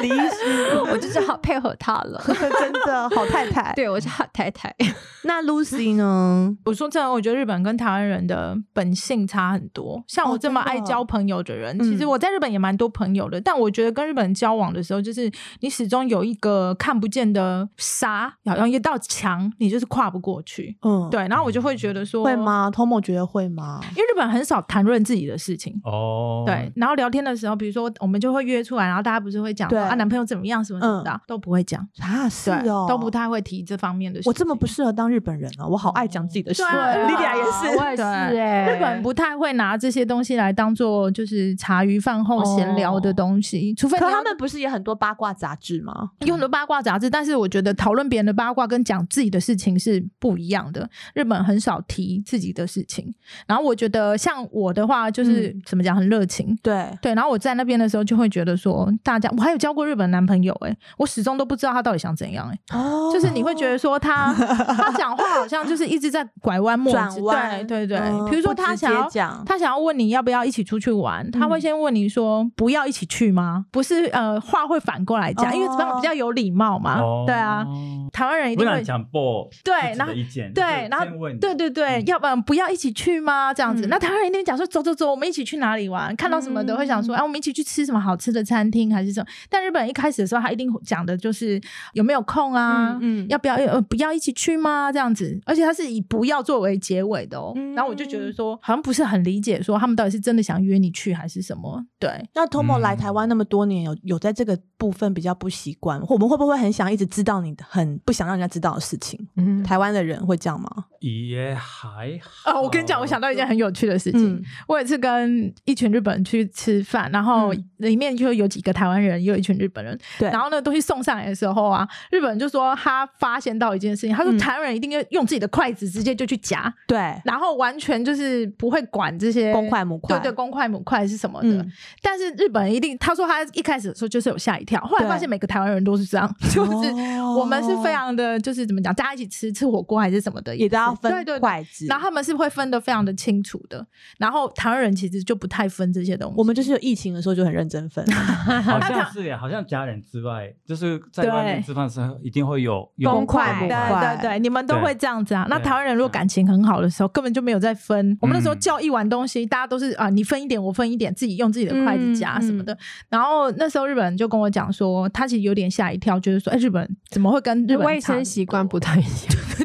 Speaker 4: 离职，我就只好配合他了。
Speaker 1: 真的好太太。
Speaker 4: 对，我是好太太。
Speaker 1: 那 Lucy 呢？
Speaker 2: 我说真的，我觉得日本跟台湾人的本性差很多。像我
Speaker 1: 哦
Speaker 2: 这么
Speaker 1: 真的
Speaker 2: 爱交朋友的人，
Speaker 1: 嗯
Speaker 2: 其实我在日本也蛮多朋友的。但我觉得跟日本人交往的时候，就是你始终有一个看不见的沙，好像一道墙，你就是跨不过去。
Speaker 1: 嗯，，
Speaker 2: 对，然后我就会觉得说，
Speaker 1: 会？吗？Tomo 觉得会吗？
Speaker 2: 因为日本很少谈论自己的事情，
Speaker 3: 哦，
Speaker 2: 对，，然后聊天的时候，比如说我们就会约出来，然后大家不是会讲
Speaker 1: 对
Speaker 2: 说啊男朋友怎么样什么什么的啊，都不会讲，
Speaker 1: 啊，是
Speaker 2: 对
Speaker 1: 哦，，
Speaker 2: 都不。太会提这方面的事情。
Speaker 1: 我这么不适合当日本人啊！我好爱讲自己的事。
Speaker 2: 对啊
Speaker 1: 莉莉亚也是。
Speaker 4: 我也是
Speaker 2: 对
Speaker 4: 哎、
Speaker 2: 欸日本不太会拿这些东西来当做就是茶余饭后闲聊的东西，除非
Speaker 1: 哦可
Speaker 2: 你要
Speaker 1: 他们不是也很多八卦杂志吗？
Speaker 2: 有很多八卦杂志，但是我觉得讨论别人的八卦跟讲自己的事情是不一样的。日本很少提自己的事情，然后我觉得像我的话，就是、
Speaker 1: 嗯
Speaker 2: 怎么讲，很热情。
Speaker 1: 对，
Speaker 2: 对，然后我在那边的时候就会觉得说，大家我还有交过日本男朋友诶、我始终都不知道他到底想怎样诶、
Speaker 1: 哦
Speaker 2: 就是你会觉得 说他他讲话好像就是一直在拐弯抹角，
Speaker 1: 转弯，
Speaker 2: 对对对，
Speaker 1: 嗯
Speaker 2: 比如说
Speaker 1: 不
Speaker 2: 他
Speaker 1: 直接
Speaker 2: 想要
Speaker 1: 讲，嗯
Speaker 2: 他想要问你要不要一起出去玩，他会先问你说不要一起去吗？不是，呃，话会反过来讲，
Speaker 1: 哦
Speaker 2: 因为这样比较有礼貌嘛。
Speaker 3: 哦
Speaker 2: 对啊，台湾人一
Speaker 3: 不
Speaker 2: 定
Speaker 3: 能
Speaker 2: 会。
Speaker 3: 讲不
Speaker 2: 对
Speaker 3: 自己
Speaker 2: 然后
Speaker 3: 的意见，
Speaker 2: 对
Speaker 3: 就是
Speaker 2: 然后
Speaker 3: 先问你
Speaker 2: 对对对，
Speaker 3: 嗯
Speaker 2: 要不然不要一起去吗？这样子，
Speaker 1: 嗯
Speaker 2: 那台湾人一定讲说走走走，我们一起去哪里玩？看到什么的会想说，
Speaker 1: 嗯
Speaker 2: 哎、我们一起去吃什么好吃的餐厅还是什么？但日本人一开始的时候，他一定讲的就是有没有空啊，
Speaker 1: 嗯
Speaker 2: 要不要呃不要一起去吗？这样子，而且他是以不要作为结尾的哦。
Speaker 1: 嗯
Speaker 2: 然后我就觉得说，好像不是很理解，说他们到底是真的想约你去还是什么？对，
Speaker 1: 那 Tomo
Speaker 3: 嗯
Speaker 1: 来台湾那么多年，有有在这个部分比较不习惯，我们会不会很想一直知道你的很不想让人家知道的事情？
Speaker 4: 嗯，
Speaker 1: 台湾的人会这样吗？
Speaker 3: 也还好。
Speaker 2: 哦，我跟你讲，我想到一件很有趣的事情。
Speaker 1: 嗯，
Speaker 2: 我有一次跟一群日本人去吃饭，然后
Speaker 1: 嗯
Speaker 2: 里面就有几个台湾人，也有一群日本人。
Speaker 1: 对。
Speaker 2: 然后那个东西送上来的时候啊，日本人就说他发现到一件事情，他说
Speaker 1: 嗯
Speaker 2: 台湾人一定要用自己的筷子直接就去夹，
Speaker 1: 对，
Speaker 2: 然后完全就是不会管这些
Speaker 1: 公筷母筷，
Speaker 2: 对对，公筷母筷是什么的。
Speaker 1: 嗯，
Speaker 2: 但是日本人一定，他说他一开始的时候就是有吓一跳，后来
Speaker 1: 对
Speaker 2: 发现每个台湾人都是这样， 就是
Speaker 1: 哦
Speaker 2: 我们是非常的，就是怎么讲，大家一起吃吃火锅还是什么的，
Speaker 1: 也都要
Speaker 2: 是
Speaker 1: 分
Speaker 2: 对对对。
Speaker 1: 筷子，
Speaker 2: 然后他们是会分的非常的清楚的，然后台湾人其实就不太分这些东西。
Speaker 1: 我们就是有疫情的时候就很认真 分，
Speaker 3: 好像是耶，好像家人之外，就是在外面
Speaker 2: 对
Speaker 3: 吃饭的时候，一定会有有
Speaker 1: 公筷
Speaker 2: 对
Speaker 1: 母筷
Speaker 2: 对对，你们都
Speaker 3: 对
Speaker 2: 会这样子啊。那
Speaker 3: 对
Speaker 2: 台湾人如果感情很好的时候，根本就没有在
Speaker 1: 嗯
Speaker 2: 分。我们那时候叫一碗东西，大家都是啊，你分一点，我分一点，自己用自己的筷子夹什
Speaker 1: 嗯
Speaker 2: 么的。然后那时候日本人就跟我讲说，他其实有点吓一跳，就是说，哎，日本怎么会跟日本
Speaker 4: 卫
Speaker 2: 差
Speaker 4: 生习惯不太一样，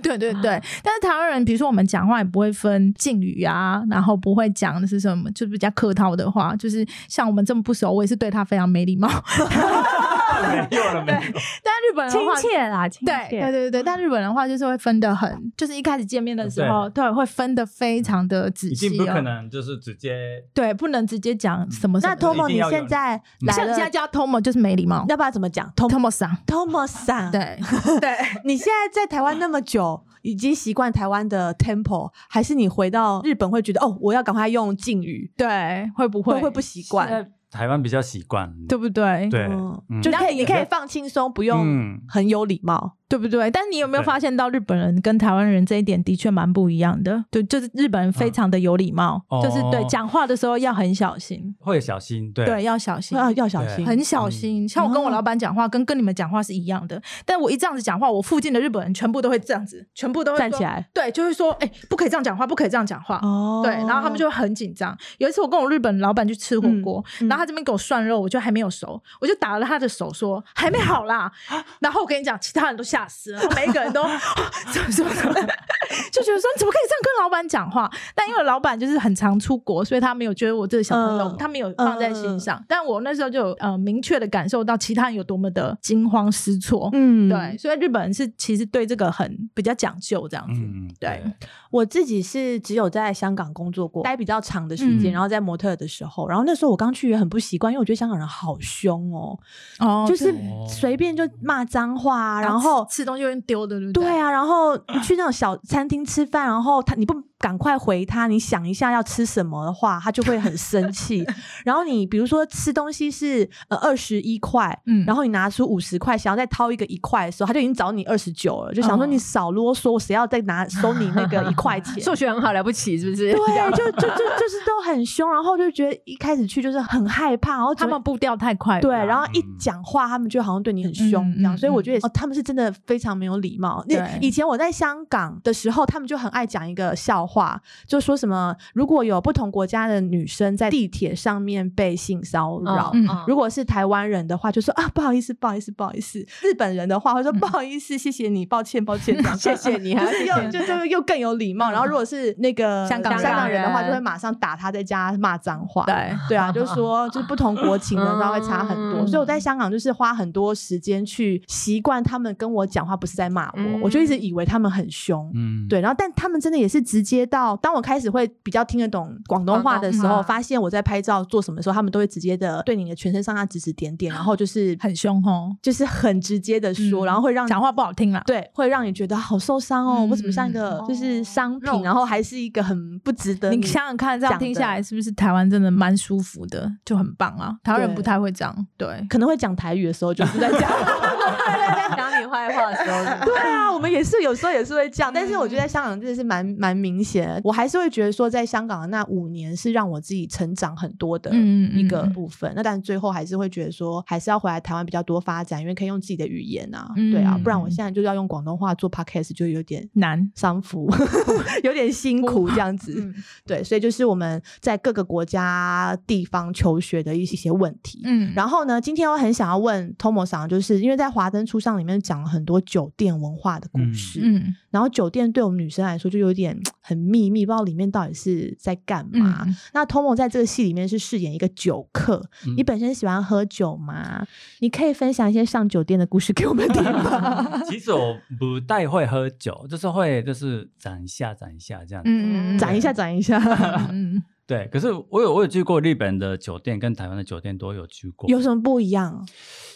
Speaker 2: 对对对，但是台湾人，比如说我们讲话也不会分敬语啊，然后不会讲的是什么，就是比较客套的话，就是像我们这么不熟，我也是对他非常没礼貌。
Speaker 3: 没有了没有，
Speaker 2: 但日本人的话，
Speaker 4: 切啦，亲
Speaker 2: 对对对对对，但日本人的话就是会分的很，就是一开始见面的时候，对，会分的非常的仔
Speaker 3: 一
Speaker 2: 细、哦，
Speaker 3: 定不可，能就是直接
Speaker 2: 对，不能直接讲什么什
Speaker 1: 那
Speaker 2: 么的。
Speaker 3: 一
Speaker 1: Tomo，
Speaker 3: 定
Speaker 1: 你
Speaker 3: 要有嗯
Speaker 1: 现在来
Speaker 2: 像
Speaker 1: 了
Speaker 2: 家，家 Tomo 就是没礼貌
Speaker 1: 要不要怎么讲？Tomo
Speaker 2: ，Tomo 桑，
Speaker 1: Tomo 桑，
Speaker 2: 哦对对。
Speaker 1: 你现在在台湾那么久，已经习惯台湾的 tempo，还是你回到日本会觉得哦，我要赶快用敬语，
Speaker 2: 对，会不
Speaker 1: 会
Speaker 2: 会
Speaker 1: 会不习
Speaker 3: 现
Speaker 1: 惯？
Speaker 3: 在台湾比较习惯，
Speaker 2: 对不对？
Speaker 3: 对
Speaker 1: 嗯，
Speaker 3: 嗯
Speaker 1: 就可以，
Speaker 2: 嗯
Speaker 1: 你可以放轻松，不用
Speaker 3: 嗯，
Speaker 1: 很有礼貌。
Speaker 2: 对不对？但是你有没有
Speaker 3: 对
Speaker 2: 发现到日本人跟台湾人这一点的确蛮不一样的？对，就是日本人非常的有礼貌，
Speaker 3: 嗯
Speaker 2: 就是对
Speaker 3: 哦
Speaker 2: 讲话的时候要很小心，
Speaker 3: 会小心，对
Speaker 2: 对，要小心。
Speaker 1: 要要小
Speaker 3: 对
Speaker 1: 心，
Speaker 2: 很小心，像我跟我
Speaker 1: 哦
Speaker 2: 老板讲话，跟跟你们讲话是一样的。但我一这样子讲话，我附近的日本人全部都会这样子，全部都会
Speaker 1: 站
Speaker 2: 说
Speaker 1: 起，来
Speaker 2: 对，就会说，哎、不可以这样讲话，不可以这样讲话。
Speaker 1: 哦
Speaker 2: 对，然后他们就会很紧张。有一次我跟我日本老板去吃火锅，
Speaker 1: 嗯嗯
Speaker 2: 然后他这边给我涮肉，我就还没有熟，我就打了他的手说还没好啦。
Speaker 1: 啊
Speaker 2: 然后我跟你讲，其他人都吓死了，每一个 人都 怎么怎么怎么，就觉得说你怎么可以这样跟老板讲话？但因为老板就是很常出国，所以他没有觉得我这个小朋友，
Speaker 1: 嗯
Speaker 2: 他没有放在心上。但我那时候就有呃明确的感受到其他人有多么的惊慌失措。
Speaker 1: 嗯
Speaker 2: 对，所以日本人是其实对这个很比较讲究这样子。
Speaker 3: 嗯，
Speaker 2: 对，
Speaker 1: 我自己是只有在香港工作过，待比较长的时间，
Speaker 2: 嗯
Speaker 1: 然后在模特儿的时候，然后那时候我刚去也很不习惯，因为我觉得香港人好凶哦，
Speaker 2: 哦
Speaker 1: 就是
Speaker 3: 哦
Speaker 1: 随便就骂脏话啊，然后
Speaker 2: 吃吃东西会丢的，对不
Speaker 1: 对
Speaker 2: 对
Speaker 1: 啊，然后去 那种小餐厅吃饭，然后他你不赶快回他，你想一下要吃什么的话，他就会很生气。 然后你比如说吃东西是呃二十一块，
Speaker 2: 嗯
Speaker 1: 然后你拿出五十块，想要再掏一个一块的时候，他就已经找你二十九了，就想说
Speaker 2: 哦
Speaker 1: 你少啰嗦，我谁要再拿收你那 个一块钱？
Speaker 4: 数学很好了不起，是不是？
Speaker 1: 对，就就就就是都很凶，然后就觉得一开始去就是很害怕，然后
Speaker 2: 他
Speaker 1: 怎么
Speaker 2: 们步调太快了
Speaker 1: 对，
Speaker 2: 啦
Speaker 1: 然后一
Speaker 3: 嗯
Speaker 1: 讲话，他们就好像对你很凶这样，
Speaker 2: 嗯嗯
Speaker 1: 所以我
Speaker 2: 嗯
Speaker 1: 觉得、哦、他们是真的非常没有礼貌。
Speaker 2: 对
Speaker 1: 那以前我在香港的时候，他们就很爱讲一个笑话，就说什么如果有不同国家的女生在地铁上面被性骚
Speaker 4: 哦
Speaker 1: 扰。
Speaker 2: 嗯
Speaker 1: 如果是台湾人的话，就说啊不好意思，不好意思，不好意思；日本人的话，会说
Speaker 2: 嗯
Speaker 1: 不好意思，谢谢你，抱歉，抱歉， 这样
Speaker 4: 谢谢你，还要
Speaker 1: 就是
Speaker 4: 谢
Speaker 1: 又
Speaker 4: 谢
Speaker 1: 就就又更有礼貌。然后如果是那个
Speaker 2: 嗯香港人
Speaker 1: 香港人的话，就会马上打他在家骂脏话。
Speaker 2: 对
Speaker 1: 对啊，就是说就是不同国 情的，
Speaker 4: 嗯
Speaker 1: 然后会差很多。所以我在香港就是花很多时间去习惯他们跟我讲话不是在骂我，
Speaker 4: 嗯
Speaker 1: 我就一直以为他们很凶。
Speaker 3: 嗯，
Speaker 1: 对，然后但他们真的也是直接到，当我开始会比较听得懂广东话的时
Speaker 4: 广
Speaker 1: 候，
Speaker 4: 东话
Speaker 1: 发现我在拍照做什么的时候，他们都会直接的对你的全身上下指指点点，然后就是
Speaker 2: 很凶哦，
Speaker 1: 就是很直接的说，
Speaker 2: 嗯
Speaker 1: 然后会让你
Speaker 2: 讲话不好听啦。
Speaker 1: 对，会让你觉得好受伤哦，
Speaker 2: 嗯哦
Speaker 1: 我怎么像一个就是商品，
Speaker 2: 肉
Speaker 1: 然后还是一个很不值得
Speaker 2: 你想想看，这样听下
Speaker 1: 讲
Speaker 2: 来
Speaker 1: 的
Speaker 2: 是不是台湾真的蛮舒服的，就很棒啊？台湾人
Speaker 1: 对
Speaker 2: 不太会这样，对。
Speaker 1: 可能会讲台语的时候就是在讲。
Speaker 4: 讲你坏话的时候是不是，
Speaker 1: 对啊，我们也是有时候也是会这样，但是我觉
Speaker 2: 嗯
Speaker 1: 得在香港真的是蛮蛮明显的，我还是会觉得说在香港的那五年是让我自己成长很多的
Speaker 2: 嗯嗯嗯
Speaker 1: 一个
Speaker 2: 嗯
Speaker 1: 部分。那但是最后还是会觉得说还是要回来台湾比较多发展，因为可以用自己的语言啊，
Speaker 2: 嗯
Speaker 1: 对啊，不然我现在就要用广东话做 podcast 就有点
Speaker 2: 难，
Speaker 1: 伤福， 有点辛苦这样子。
Speaker 2: 嗯
Speaker 1: 对，所以就是我们在各个国家地方求学的一些一些问题。
Speaker 2: 嗯，
Speaker 1: 然后呢，今天我很想要问 Tomo 桑，就是因为在《华灯初上》里面讲了很多酒店文化的故事，
Speaker 2: 嗯
Speaker 1: 然后酒店对我们女生来说就有点很秘密，不知道里面到底是在干嘛。
Speaker 2: 嗯，
Speaker 1: 那 Tomo 在这个戏里面是饰演一个酒客，
Speaker 3: 嗯
Speaker 1: 你本身喜欢喝酒吗？你可以分享一些上酒店的故事给我们听吗？
Speaker 3: 其实我不太会喝酒，就是会就是攒一下攒一下这样子。
Speaker 2: 嗯嗯，
Speaker 1: 展一下，展一下，
Speaker 2: 嗯，
Speaker 3: 对，可是我有我有去过日本的酒店，跟台湾的酒店都有去过。
Speaker 1: 有什么不一样？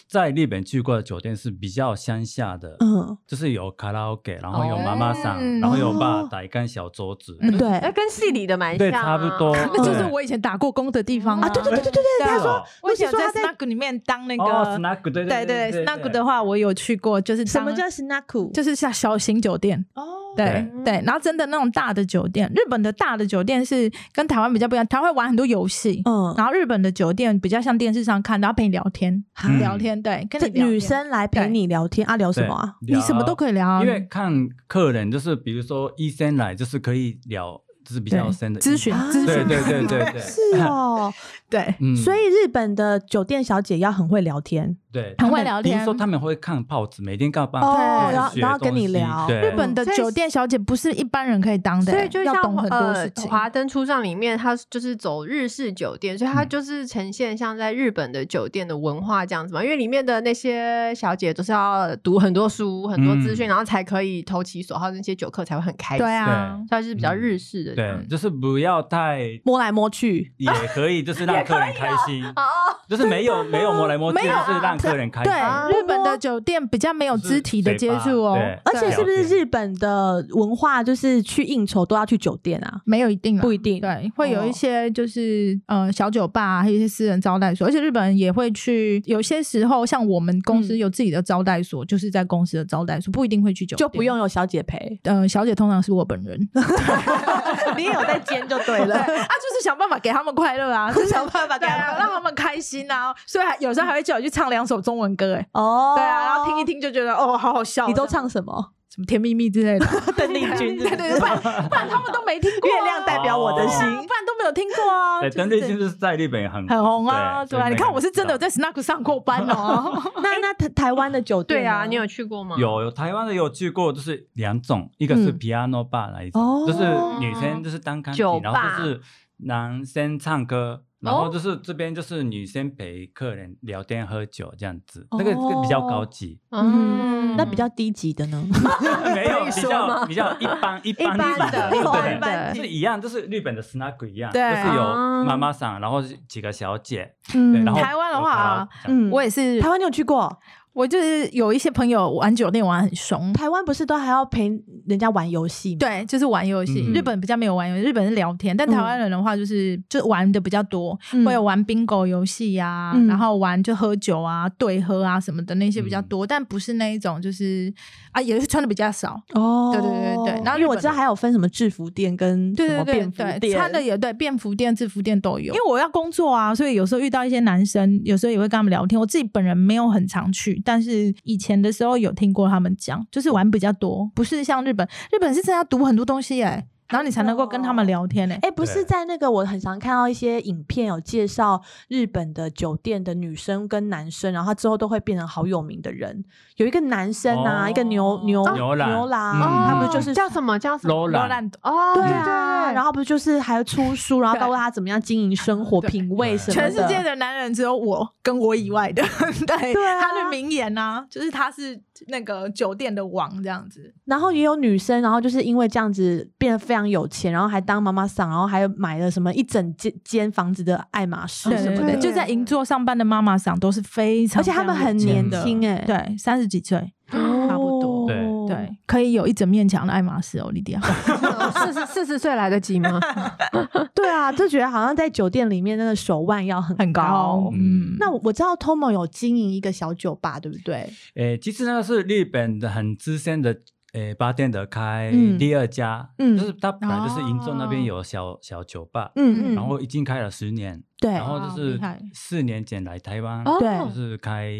Speaker 3: 在日本去过的酒店是比较乡下的，
Speaker 1: 嗯，
Speaker 3: 就是有卡拉 OK，然后有妈妈桑，
Speaker 2: 哦
Speaker 3: 然后有吧
Speaker 1: 哦
Speaker 3: 打一根小桌子。
Speaker 2: 嗯
Speaker 1: 对，
Speaker 4: 哎，跟戏里的蛮像
Speaker 3: 对
Speaker 4: 啊，
Speaker 3: 差不多
Speaker 2: 那就是我以前打过工的地方
Speaker 1: 啊，对对对对对对，他说
Speaker 3: 哦
Speaker 2: 我以前有
Speaker 1: 说
Speaker 2: 在
Speaker 1: 他在
Speaker 2: snack 里面当那
Speaker 3: 哦
Speaker 2: 个，
Speaker 3: ，snack，对
Speaker 2: 对
Speaker 3: 对
Speaker 2: 对 snack
Speaker 3: 对
Speaker 2: 的话，我有去过，就是
Speaker 1: 什么
Speaker 2: 当
Speaker 1: 叫 snack？
Speaker 2: 就是像小型酒店，
Speaker 1: 哦，
Speaker 2: 对
Speaker 4: 对
Speaker 2: 对，然后真的那种大的酒店，日本的大的酒店是跟台湾比较不一样，台湾会玩很多游戏，
Speaker 1: 嗯，
Speaker 2: 然后日本的酒店比较像电视上看，然后陪你聊天，
Speaker 3: 嗯
Speaker 2: 聊天对，跟
Speaker 1: 这
Speaker 2: 你聊天
Speaker 1: 女生来陪
Speaker 2: 对
Speaker 1: 你聊天啊，聊什么啊？
Speaker 2: 你什么都
Speaker 3: 以。
Speaker 2: 可以聊啊，
Speaker 3: 因为看客人，就是比如说医生来，就是可以聊，就是比较
Speaker 2: 对
Speaker 3: 深的
Speaker 2: 咨询
Speaker 1: 啊
Speaker 2: 咨询，
Speaker 3: 对对对对对，
Speaker 1: 是哦，
Speaker 2: 对，
Speaker 3: 嗯
Speaker 1: 所以日本的酒店小姐要很会聊天
Speaker 3: 对，
Speaker 2: 很会
Speaker 3: 他们
Speaker 2: 聊
Speaker 3: 听
Speaker 2: 天
Speaker 3: 说他们会看报纸，每天看报纸，
Speaker 1: 哦，
Speaker 3: 就是
Speaker 1: 然后
Speaker 3: 学
Speaker 1: 然后跟
Speaker 3: 东
Speaker 1: 你
Speaker 3: 西
Speaker 1: 聊
Speaker 3: 对，
Speaker 2: 日本的
Speaker 4: 所以
Speaker 2: 酒店小姐不是一般人可以当的，欸
Speaker 4: 所以就
Speaker 2: 要
Speaker 4: 像
Speaker 2: 懂很多事
Speaker 4: 呃《
Speaker 2: 情。
Speaker 4: 华灯初上》里面，它就是走日式酒店，所以它就是呈现像在日本的酒店的文化这样子嘛。因为里面的那些小姐都是要读很多书、很多资讯，
Speaker 3: 嗯
Speaker 4: 然后才可以投其所好，那些酒客才会很开心。
Speaker 2: 对，啊，
Speaker 4: 它就是比较日式的这样
Speaker 3: 嗯对，
Speaker 4: 子。
Speaker 3: 就是不要太，
Speaker 1: 摸来摸去。
Speaker 3: 也可以，就是让客人开心。
Speaker 4: 哦，
Speaker 3: 就是没有没有摸来摸去，
Speaker 2: 没有啊
Speaker 3: 就是让客人开心。
Speaker 2: 对，哦日本的酒店比较没有肢体的接触哦，
Speaker 1: 而且
Speaker 2: 对
Speaker 1: 是不是
Speaker 3: 了解
Speaker 1: 日本的文化就是去应酬都要去酒店啊？
Speaker 2: 没有一定啦
Speaker 1: 不一定
Speaker 2: 对，会有
Speaker 1: 哦
Speaker 2: 一些就是、呃小酒吧、啊，还有一些私人招待所，而且日本人也会去。有些时候，像我们公司
Speaker 1: 嗯
Speaker 2: 有自己的招待所，就是在公司的招待所，不一定会去酒店，，
Speaker 1: 就不用有小姐陪
Speaker 2: 呃，小姐通常是我本人， 对
Speaker 1: 你也有在兼就对
Speaker 2: 啊，
Speaker 1: 了。
Speaker 2: 就是想办法给他们快乐啊， 就 是
Speaker 1: 想办法给
Speaker 2: 对
Speaker 1: 他们
Speaker 2: 啊，让他们开心啊，所以还有时候还会叫我去唱两首中文歌、欸，哎、
Speaker 1: 哦，
Speaker 2: 对啊，然后听一，听就觉得哦，好好笑，
Speaker 1: 你都唱什么？
Speaker 2: 什么甜蜜蜜之类 的，
Speaker 1: 邓丽君是
Speaker 2: 对
Speaker 1: 不
Speaker 2: 对
Speaker 1: 是
Speaker 2: 对，不然不然他们都没听过啊、
Speaker 1: 月亮代表我的心
Speaker 2: 对啊，不然都没有听过啊，
Speaker 3: 对，
Speaker 2: 就是
Speaker 3: 邓丽
Speaker 2: 这
Speaker 3: 君哎就是在日本也很
Speaker 2: 很红啊，
Speaker 3: 对
Speaker 2: 对吧、啊？你看我是真的有
Speaker 3: 在
Speaker 2: 在 Snack 上过班哦，
Speaker 1: 那那台台湾的酒店
Speaker 4: 对
Speaker 1: 呢，
Speaker 4: 啊，你有去过吗？
Speaker 3: 有有台湾的有去过，就是两种，一个是
Speaker 1: 嗯
Speaker 3: piano bar 那一
Speaker 1: 哦
Speaker 3: 种，就是女生就是单钢琴
Speaker 4: 酒，
Speaker 3: 然
Speaker 4: 吧
Speaker 3: 后就是男生唱歌。然后就是这边就是女生陪客人聊天喝酒这样子，那个这个比较高级，
Speaker 1: 嗯
Speaker 4: 嗯，
Speaker 1: 那比较低级的呢？
Speaker 3: 没有
Speaker 4: 可以
Speaker 3: 比
Speaker 4: 说吗
Speaker 3: 较比较一般一般
Speaker 4: 般的哦
Speaker 3: 对
Speaker 4: 一
Speaker 3: 对
Speaker 4: 般的
Speaker 3: 是一样，就是日本的 snack 一样，就
Speaker 2: 对
Speaker 3: 是有
Speaker 4: 啊
Speaker 3: 妈妈桑，然后是几个小姐，对，
Speaker 1: 嗯
Speaker 3: 然后
Speaker 2: 台湾的话啊
Speaker 3: 嗯，
Speaker 1: 嗯，
Speaker 2: 我也是
Speaker 1: 台，湾你有去过？
Speaker 2: 我就是有一些朋友玩酒店玩很凶，
Speaker 1: 台湾不是都还要陪人家玩游戏吗？
Speaker 2: 对，就是玩游戏。
Speaker 3: 嗯
Speaker 2: 日本比较没有玩游戏，日本是聊天，但台湾人的话就是、就玩的比较多，
Speaker 1: 嗯，
Speaker 2: 会有玩 bingo 游戏呀，
Speaker 1: 嗯
Speaker 2: 然后玩就喝酒啊、对喝啊什么的那些比较多，但不是那一种就是啊，也是穿的比较少，
Speaker 1: 哦，
Speaker 2: 对对对对然后
Speaker 1: 因为
Speaker 2: 日
Speaker 1: 我
Speaker 2: 本
Speaker 1: 知道
Speaker 2: 的
Speaker 1: 还有分什么制服店跟
Speaker 2: 对
Speaker 1: 什么
Speaker 2: 对
Speaker 1: 便服
Speaker 2: 对对，
Speaker 1: 店，
Speaker 2: 穿的也对，便服店、制服店都有。因为我要工作啊，所以有时候遇到一些男生，有时候也会跟他们聊天。我自己本人没有很常去，但是以前的时候有听过他们讲，就是玩比较多，不是像日本，日本是真的要读很多东西哎、然后你才能够跟他们聊天哎、
Speaker 1: 哎、不是
Speaker 3: 对
Speaker 1: 在那个，我很常看到一些影片有介绍日本的酒店的女生跟男生，然后他之后都会变成好有名的人。有一个男生啊，
Speaker 3: 哦
Speaker 1: 一个牛牛
Speaker 3: 牛郎
Speaker 1: 牛郎，
Speaker 3: 嗯
Speaker 1: 他不就是
Speaker 4: 叫什么叫什么？
Speaker 3: 罗
Speaker 2: 罗
Speaker 3: 兰
Speaker 2: 兰
Speaker 4: 哦，
Speaker 1: 对
Speaker 4: 对
Speaker 1: 啊，然
Speaker 4: 后
Speaker 1: 后不就是还出书， 然后告诉他怎么样经营生活、
Speaker 2: 对
Speaker 1: 品味什么
Speaker 2: 全
Speaker 1: 的。
Speaker 2: 世界的男人只有我跟我以外的， 对，
Speaker 1: 对啊
Speaker 2: 他的名言啊，就是他是那个酒店的王这样子，
Speaker 1: 然后也有女生，然后就是因为这样子变得非常有钱，然后还当妈妈桑，然后还有买了什么一整间间房子的爱马仕
Speaker 2: 对
Speaker 1: 什
Speaker 2: 对
Speaker 1: 么
Speaker 2: 对，
Speaker 1: 的，
Speaker 4: 对
Speaker 2: 就在银座上班的妈妈桑都是非常，
Speaker 1: 而且他们很
Speaker 2: 非常有
Speaker 1: 年
Speaker 2: 钱的
Speaker 1: 轻哎、
Speaker 2: 对，三十几岁，差不多
Speaker 3: 对
Speaker 1: 哦
Speaker 2: 对，可以有一整面墙的爱马仕哦，莉迪亚。
Speaker 4: 四十四十岁来得及吗？
Speaker 1: 对啊，就觉得好像在酒店里面那个手腕要很
Speaker 2: 很高，嗯，
Speaker 1: 那我我知道 Tomo 有经营一个小酒吧，对不对？
Speaker 3: 诶，其实那个是日本的很资深的诶八店的开
Speaker 1: 嗯
Speaker 3: 第二家，
Speaker 1: 嗯
Speaker 3: 就是他本来就是银座那边
Speaker 2: 哦
Speaker 3: 有小小酒吧，
Speaker 1: 嗯嗯，
Speaker 3: 然后已经开了十年，
Speaker 1: 对
Speaker 3: 然后
Speaker 2: 哇
Speaker 3: 就是
Speaker 2: 厉
Speaker 1: 哎
Speaker 2: 害
Speaker 3: 四年前来台湾，
Speaker 4: 哦
Speaker 1: 对
Speaker 3: 就是开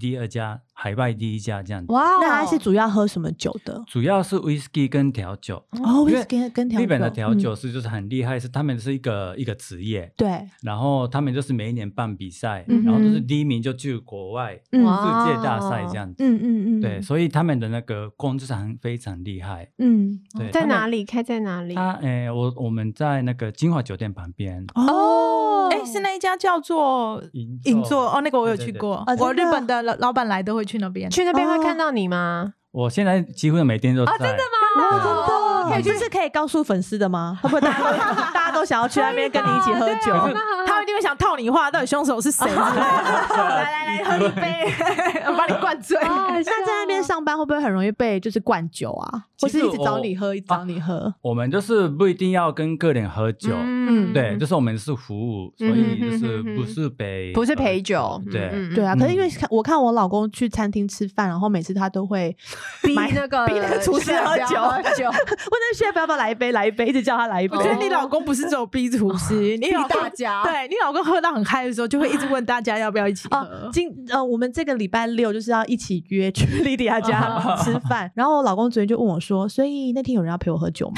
Speaker 3: 第二家海外第一家这样子，
Speaker 2: 哦
Speaker 4: 哇
Speaker 1: 那他是主要喝什么酒的？
Speaker 3: 主要是 whisky 跟调酒。
Speaker 1: 哦
Speaker 3: 因为
Speaker 1: whisky 跟跟调酒，
Speaker 3: 日本的调
Speaker 1: 嗯
Speaker 3: 酒师就是很厉害，是他们是一个一个职业，
Speaker 1: 对，
Speaker 3: 然后他们就是每一年办比赛，
Speaker 1: 嗯哼
Speaker 3: 然后就是第一名就去国外世
Speaker 1: 嗯
Speaker 4: 哇
Speaker 3: 界大赛这样子。
Speaker 1: 嗯嗯嗯，
Speaker 3: 对，所以他们的那个工就是很非常厉害。
Speaker 1: 嗯
Speaker 3: 对，
Speaker 4: 哦在哪
Speaker 3: 里？
Speaker 4: 里？开在哪里？
Speaker 3: 他诶，我我们在那个金华酒店旁边，
Speaker 1: 哦，
Speaker 2: 哎，是那一家叫做
Speaker 3: 银
Speaker 2: 银座哦，那个我有去过
Speaker 1: 对对，对
Speaker 2: 我
Speaker 1: 啊真
Speaker 2: 日
Speaker 1: 的
Speaker 2: 本的老老板来都会去那边。
Speaker 4: 去那边会
Speaker 1: 哦
Speaker 4: 看到你吗？
Speaker 3: 我现在几乎每天都在。真的吗？
Speaker 1: 哦真的，
Speaker 4: 可以去
Speaker 1: 这是可以告诉粉丝的吗？ 会不会大家都大家都想要去那边跟你一起喝酒？
Speaker 3: 可是
Speaker 2: 他们一定会想套你话，到底凶手是谁？ 来来来，喝一杯， 我把你灌醉。
Speaker 1: 那在那边上班会不会很容易被就是灌酒啊，或
Speaker 3: 其
Speaker 1: 是
Speaker 3: 实
Speaker 1: 一直找
Speaker 3: 我啊
Speaker 1: 你喝，一直找你喝？
Speaker 3: 我们就是不一定要跟客人喝酒，
Speaker 4: 嗯
Speaker 3: 对，就是我们是服务，所以就是不是陪，
Speaker 4: 不是陪酒，
Speaker 3: 哦对。
Speaker 4: 嗯嗯嗯
Speaker 1: 对啊，可是因为
Speaker 3: 嗯
Speaker 1: 看我看我老公去餐厅吃饭，然后每次他都会
Speaker 4: 逼
Speaker 1: 买
Speaker 4: 那个
Speaker 1: 逼那个厨师喝酒，
Speaker 4: 喝 酒
Speaker 1: 问那 chef 要不要来一杯，来一杯，一直叫他来一杯
Speaker 2: 我。
Speaker 3: 哦
Speaker 2: 觉得你老公不是只有逼厨 师，你老公
Speaker 4: 大家
Speaker 2: 对你老公喝到很嗨的时候，就会一直问大家要不要一起
Speaker 1: 哦
Speaker 2: 喝，。
Speaker 1: 今呃，我们这个礼拜六就是要一起约去莉迪亚 家吃饭。然后我老公昨天就问我说：“所以那天有人要陪我喝酒吗？”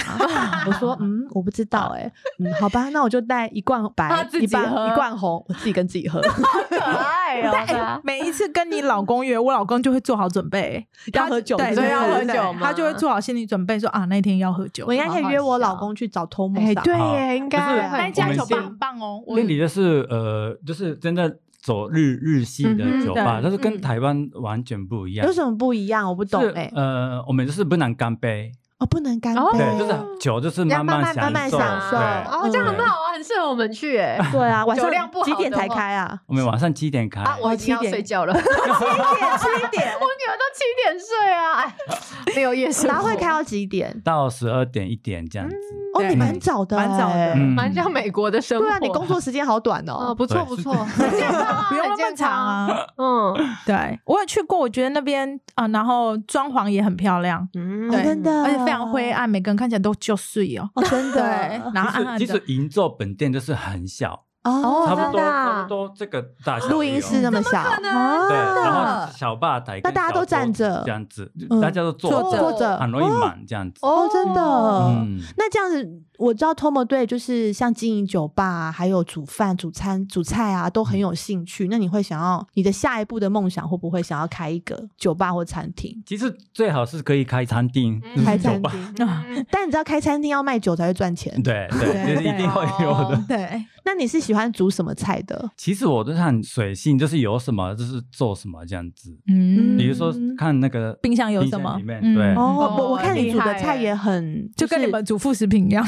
Speaker 1: 我说：“嗯，我不知道哎、嗯，好吧，那我就带一罐
Speaker 4: 他
Speaker 1: 白，
Speaker 4: 自己
Speaker 1: 一罐
Speaker 4: 喝
Speaker 1: 一罐红，我自己跟自己喝。
Speaker 4: 可爱哦
Speaker 2: 哎每一次跟你老公约，我老公就会做好准备，
Speaker 1: 要
Speaker 2: 他
Speaker 1: 喝酒
Speaker 2: 对，
Speaker 1: 是不
Speaker 2: 对
Speaker 1: 是
Speaker 2: 要喝
Speaker 4: 对
Speaker 2: 酒，
Speaker 4: 嘛
Speaker 2: 他就会做好心理准备，说啊，那一天要喝酒。
Speaker 1: 我应该可以约我老公去找 Tom
Speaker 4: 哎，
Speaker 1: 上。
Speaker 4: 对
Speaker 3: 好
Speaker 4: 耶，应
Speaker 3: 可
Speaker 4: 该
Speaker 3: 是
Speaker 2: 那
Speaker 4: 会
Speaker 2: 一家
Speaker 3: 我们
Speaker 2: 酒吧
Speaker 3: 先
Speaker 2: 很棒哦，我
Speaker 3: 那里就是呃，就是真的走日日系的酒吧，
Speaker 2: 嗯哼对
Speaker 3: 但是跟
Speaker 2: 嗯
Speaker 3: 台湾完全不一样。
Speaker 1: 有什么不一样？我不懂
Speaker 3: 是
Speaker 1: 哎、
Speaker 3: 呃，我们就是不能干杯，
Speaker 1: 哦，不能干
Speaker 4: 哦
Speaker 1: 杯，
Speaker 3: 对，就是酒就是
Speaker 4: 要
Speaker 3: 慢
Speaker 4: 慢慢
Speaker 3: 享
Speaker 1: 慢慢
Speaker 3: 受，
Speaker 1: 享受
Speaker 3: 对
Speaker 4: 哦，这样很好啊，很适合我们去哎、
Speaker 1: 对啊，晚
Speaker 4: 酒量
Speaker 1: 上
Speaker 4: 不好
Speaker 1: 几点
Speaker 4: 的
Speaker 1: 才
Speaker 4: 话
Speaker 1: 开啊？
Speaker 3: 我们晚上七点开，
Speaker 4: 啊，我已经要
Speaker 1: 七点
Speaker 4: 睡觉 了，我女
Speaker 1: 七点，七 点，
Speaker 4: 儿都七点睡啊，哎，没有夜生活，
Speaker 1: 然后会开到几点？
Speaker 3: 到十二点一点这样子。
Speaker 1: 哦，
Speaker 2: 对
Speaker 1: 你蛮早的欸，
Speaker 2: 蛮早的
Speaker 3: 嗯
Speaker 4: 蛮 像美国的生活。
Speaker 1: 对啊，你工作时间好短
Speaker 4: 嗯哦，
Speaker 1: 哦。
Speaker 4: 不错
Speaker 3: 对
Speaker 4: 不 错，很健康啊
Speaker 2: 不用那
Speaker 4: 很
Speaker 2: 么
Speaker 4: 健
Speaker 2: 长
Speaker 4: 康。
Speaker 2: 啊。
Speaker 4: 嗯，
Speaker 2: 对，我有去过，我觉得那边啊、然后装潢也很漂亮，
Speaker 4: 嗯
Speaker 2: 对，
Speaker 1: 哦真的
Speaker 2: 而且非常灰暗，每个人看起来都就睡哦。
Speaker 1: 哦，真
Speaker 2: 对
Speaker 1: 的，，
Speaker 2: 然后啊暗暗
Speaker 3: 啊其实其
Speaker 2: 的
Speaker 3: 实，银座本店就是很小，
Speaker 1: 哦，
Speaker 3: 差
Speaker 4: 哦
Speaker 3: 不
Speaker 4: 真
Speaker 3: 多
Speaker 4: 的啊
Speaker 3: 差不多这个大小。
Speaker 1: 录音室那
Speaker 3: 么
Speaker 1: 么小，
Speaker 3: 对，
Speaker 1: 啊
Speaker 3: 然后小吧台
Speaker 1: 那
Speaker 3: 跟小桌子，
Speaker 1: 大家都站着
Speaker 3: 这样子
Speaker 1: 嗯，
Speaker 3: 大家都坐
Speaker 2: 坐
Speaker 3: 着，
Speaker 1: 坐着
Speaker 3: 很容易满这样子。
Speaker 1: 哦，真的。
Speaker 3: 嗯，
Speaker 1: 那这样子，我知道 Tom 对就是像经营酒吧啊、还有煮饭、煮餐、煮菜啊，都很有兴趣。那你会想要你的下一步的梦想，会不会想要开一个酒吧或餐厅？
Speaker 3: 其实最好是可以开餐厅，
Speaker 4: 嗯
Speaker 3: 就是
Speaker 1: 开
Speaker 3: 酒
Speaker 1: 餐
Speaker 3: 吧。
Speaker 1: 厅，
Speaker 4: 嗯
Speaker 1: 但你知道开餐厅要卖酒才会赚钱。
Speaker 3: 对
Speaker 2: 对
Speaker 3: 对，就是 一定会有
Speaker 4: 哦
Speaker 3: 的。
Speaker 2: 对，
Speaker 1: 那你是喜欢煮什么菜的？
Speaker 3: 其实我都是很随性，就是有什么就是做什么这样子。
Speaker 2: 嗯，
Speaker 3: 比如说看那个
Speaker 2: 冰箱有
Speaker 3: 冰
Speaker 2: 什么
Speaker 3: 里面
Speaker 2: 嗯
Speaker 3: 对，
Speaker 1: 哦，我我
Speaker 4: 哦
Speaker 1: 看你
Speaker 4: 厉
Speaker 1: 煮的
Speaker 4: 害
Speaker 1: 菜
Speaker 4: 耶
Speaker 1: 也很，
Speaker 2: 就跟
Speaker 1: 是
Speaker 2: 你们煮副食品一 样，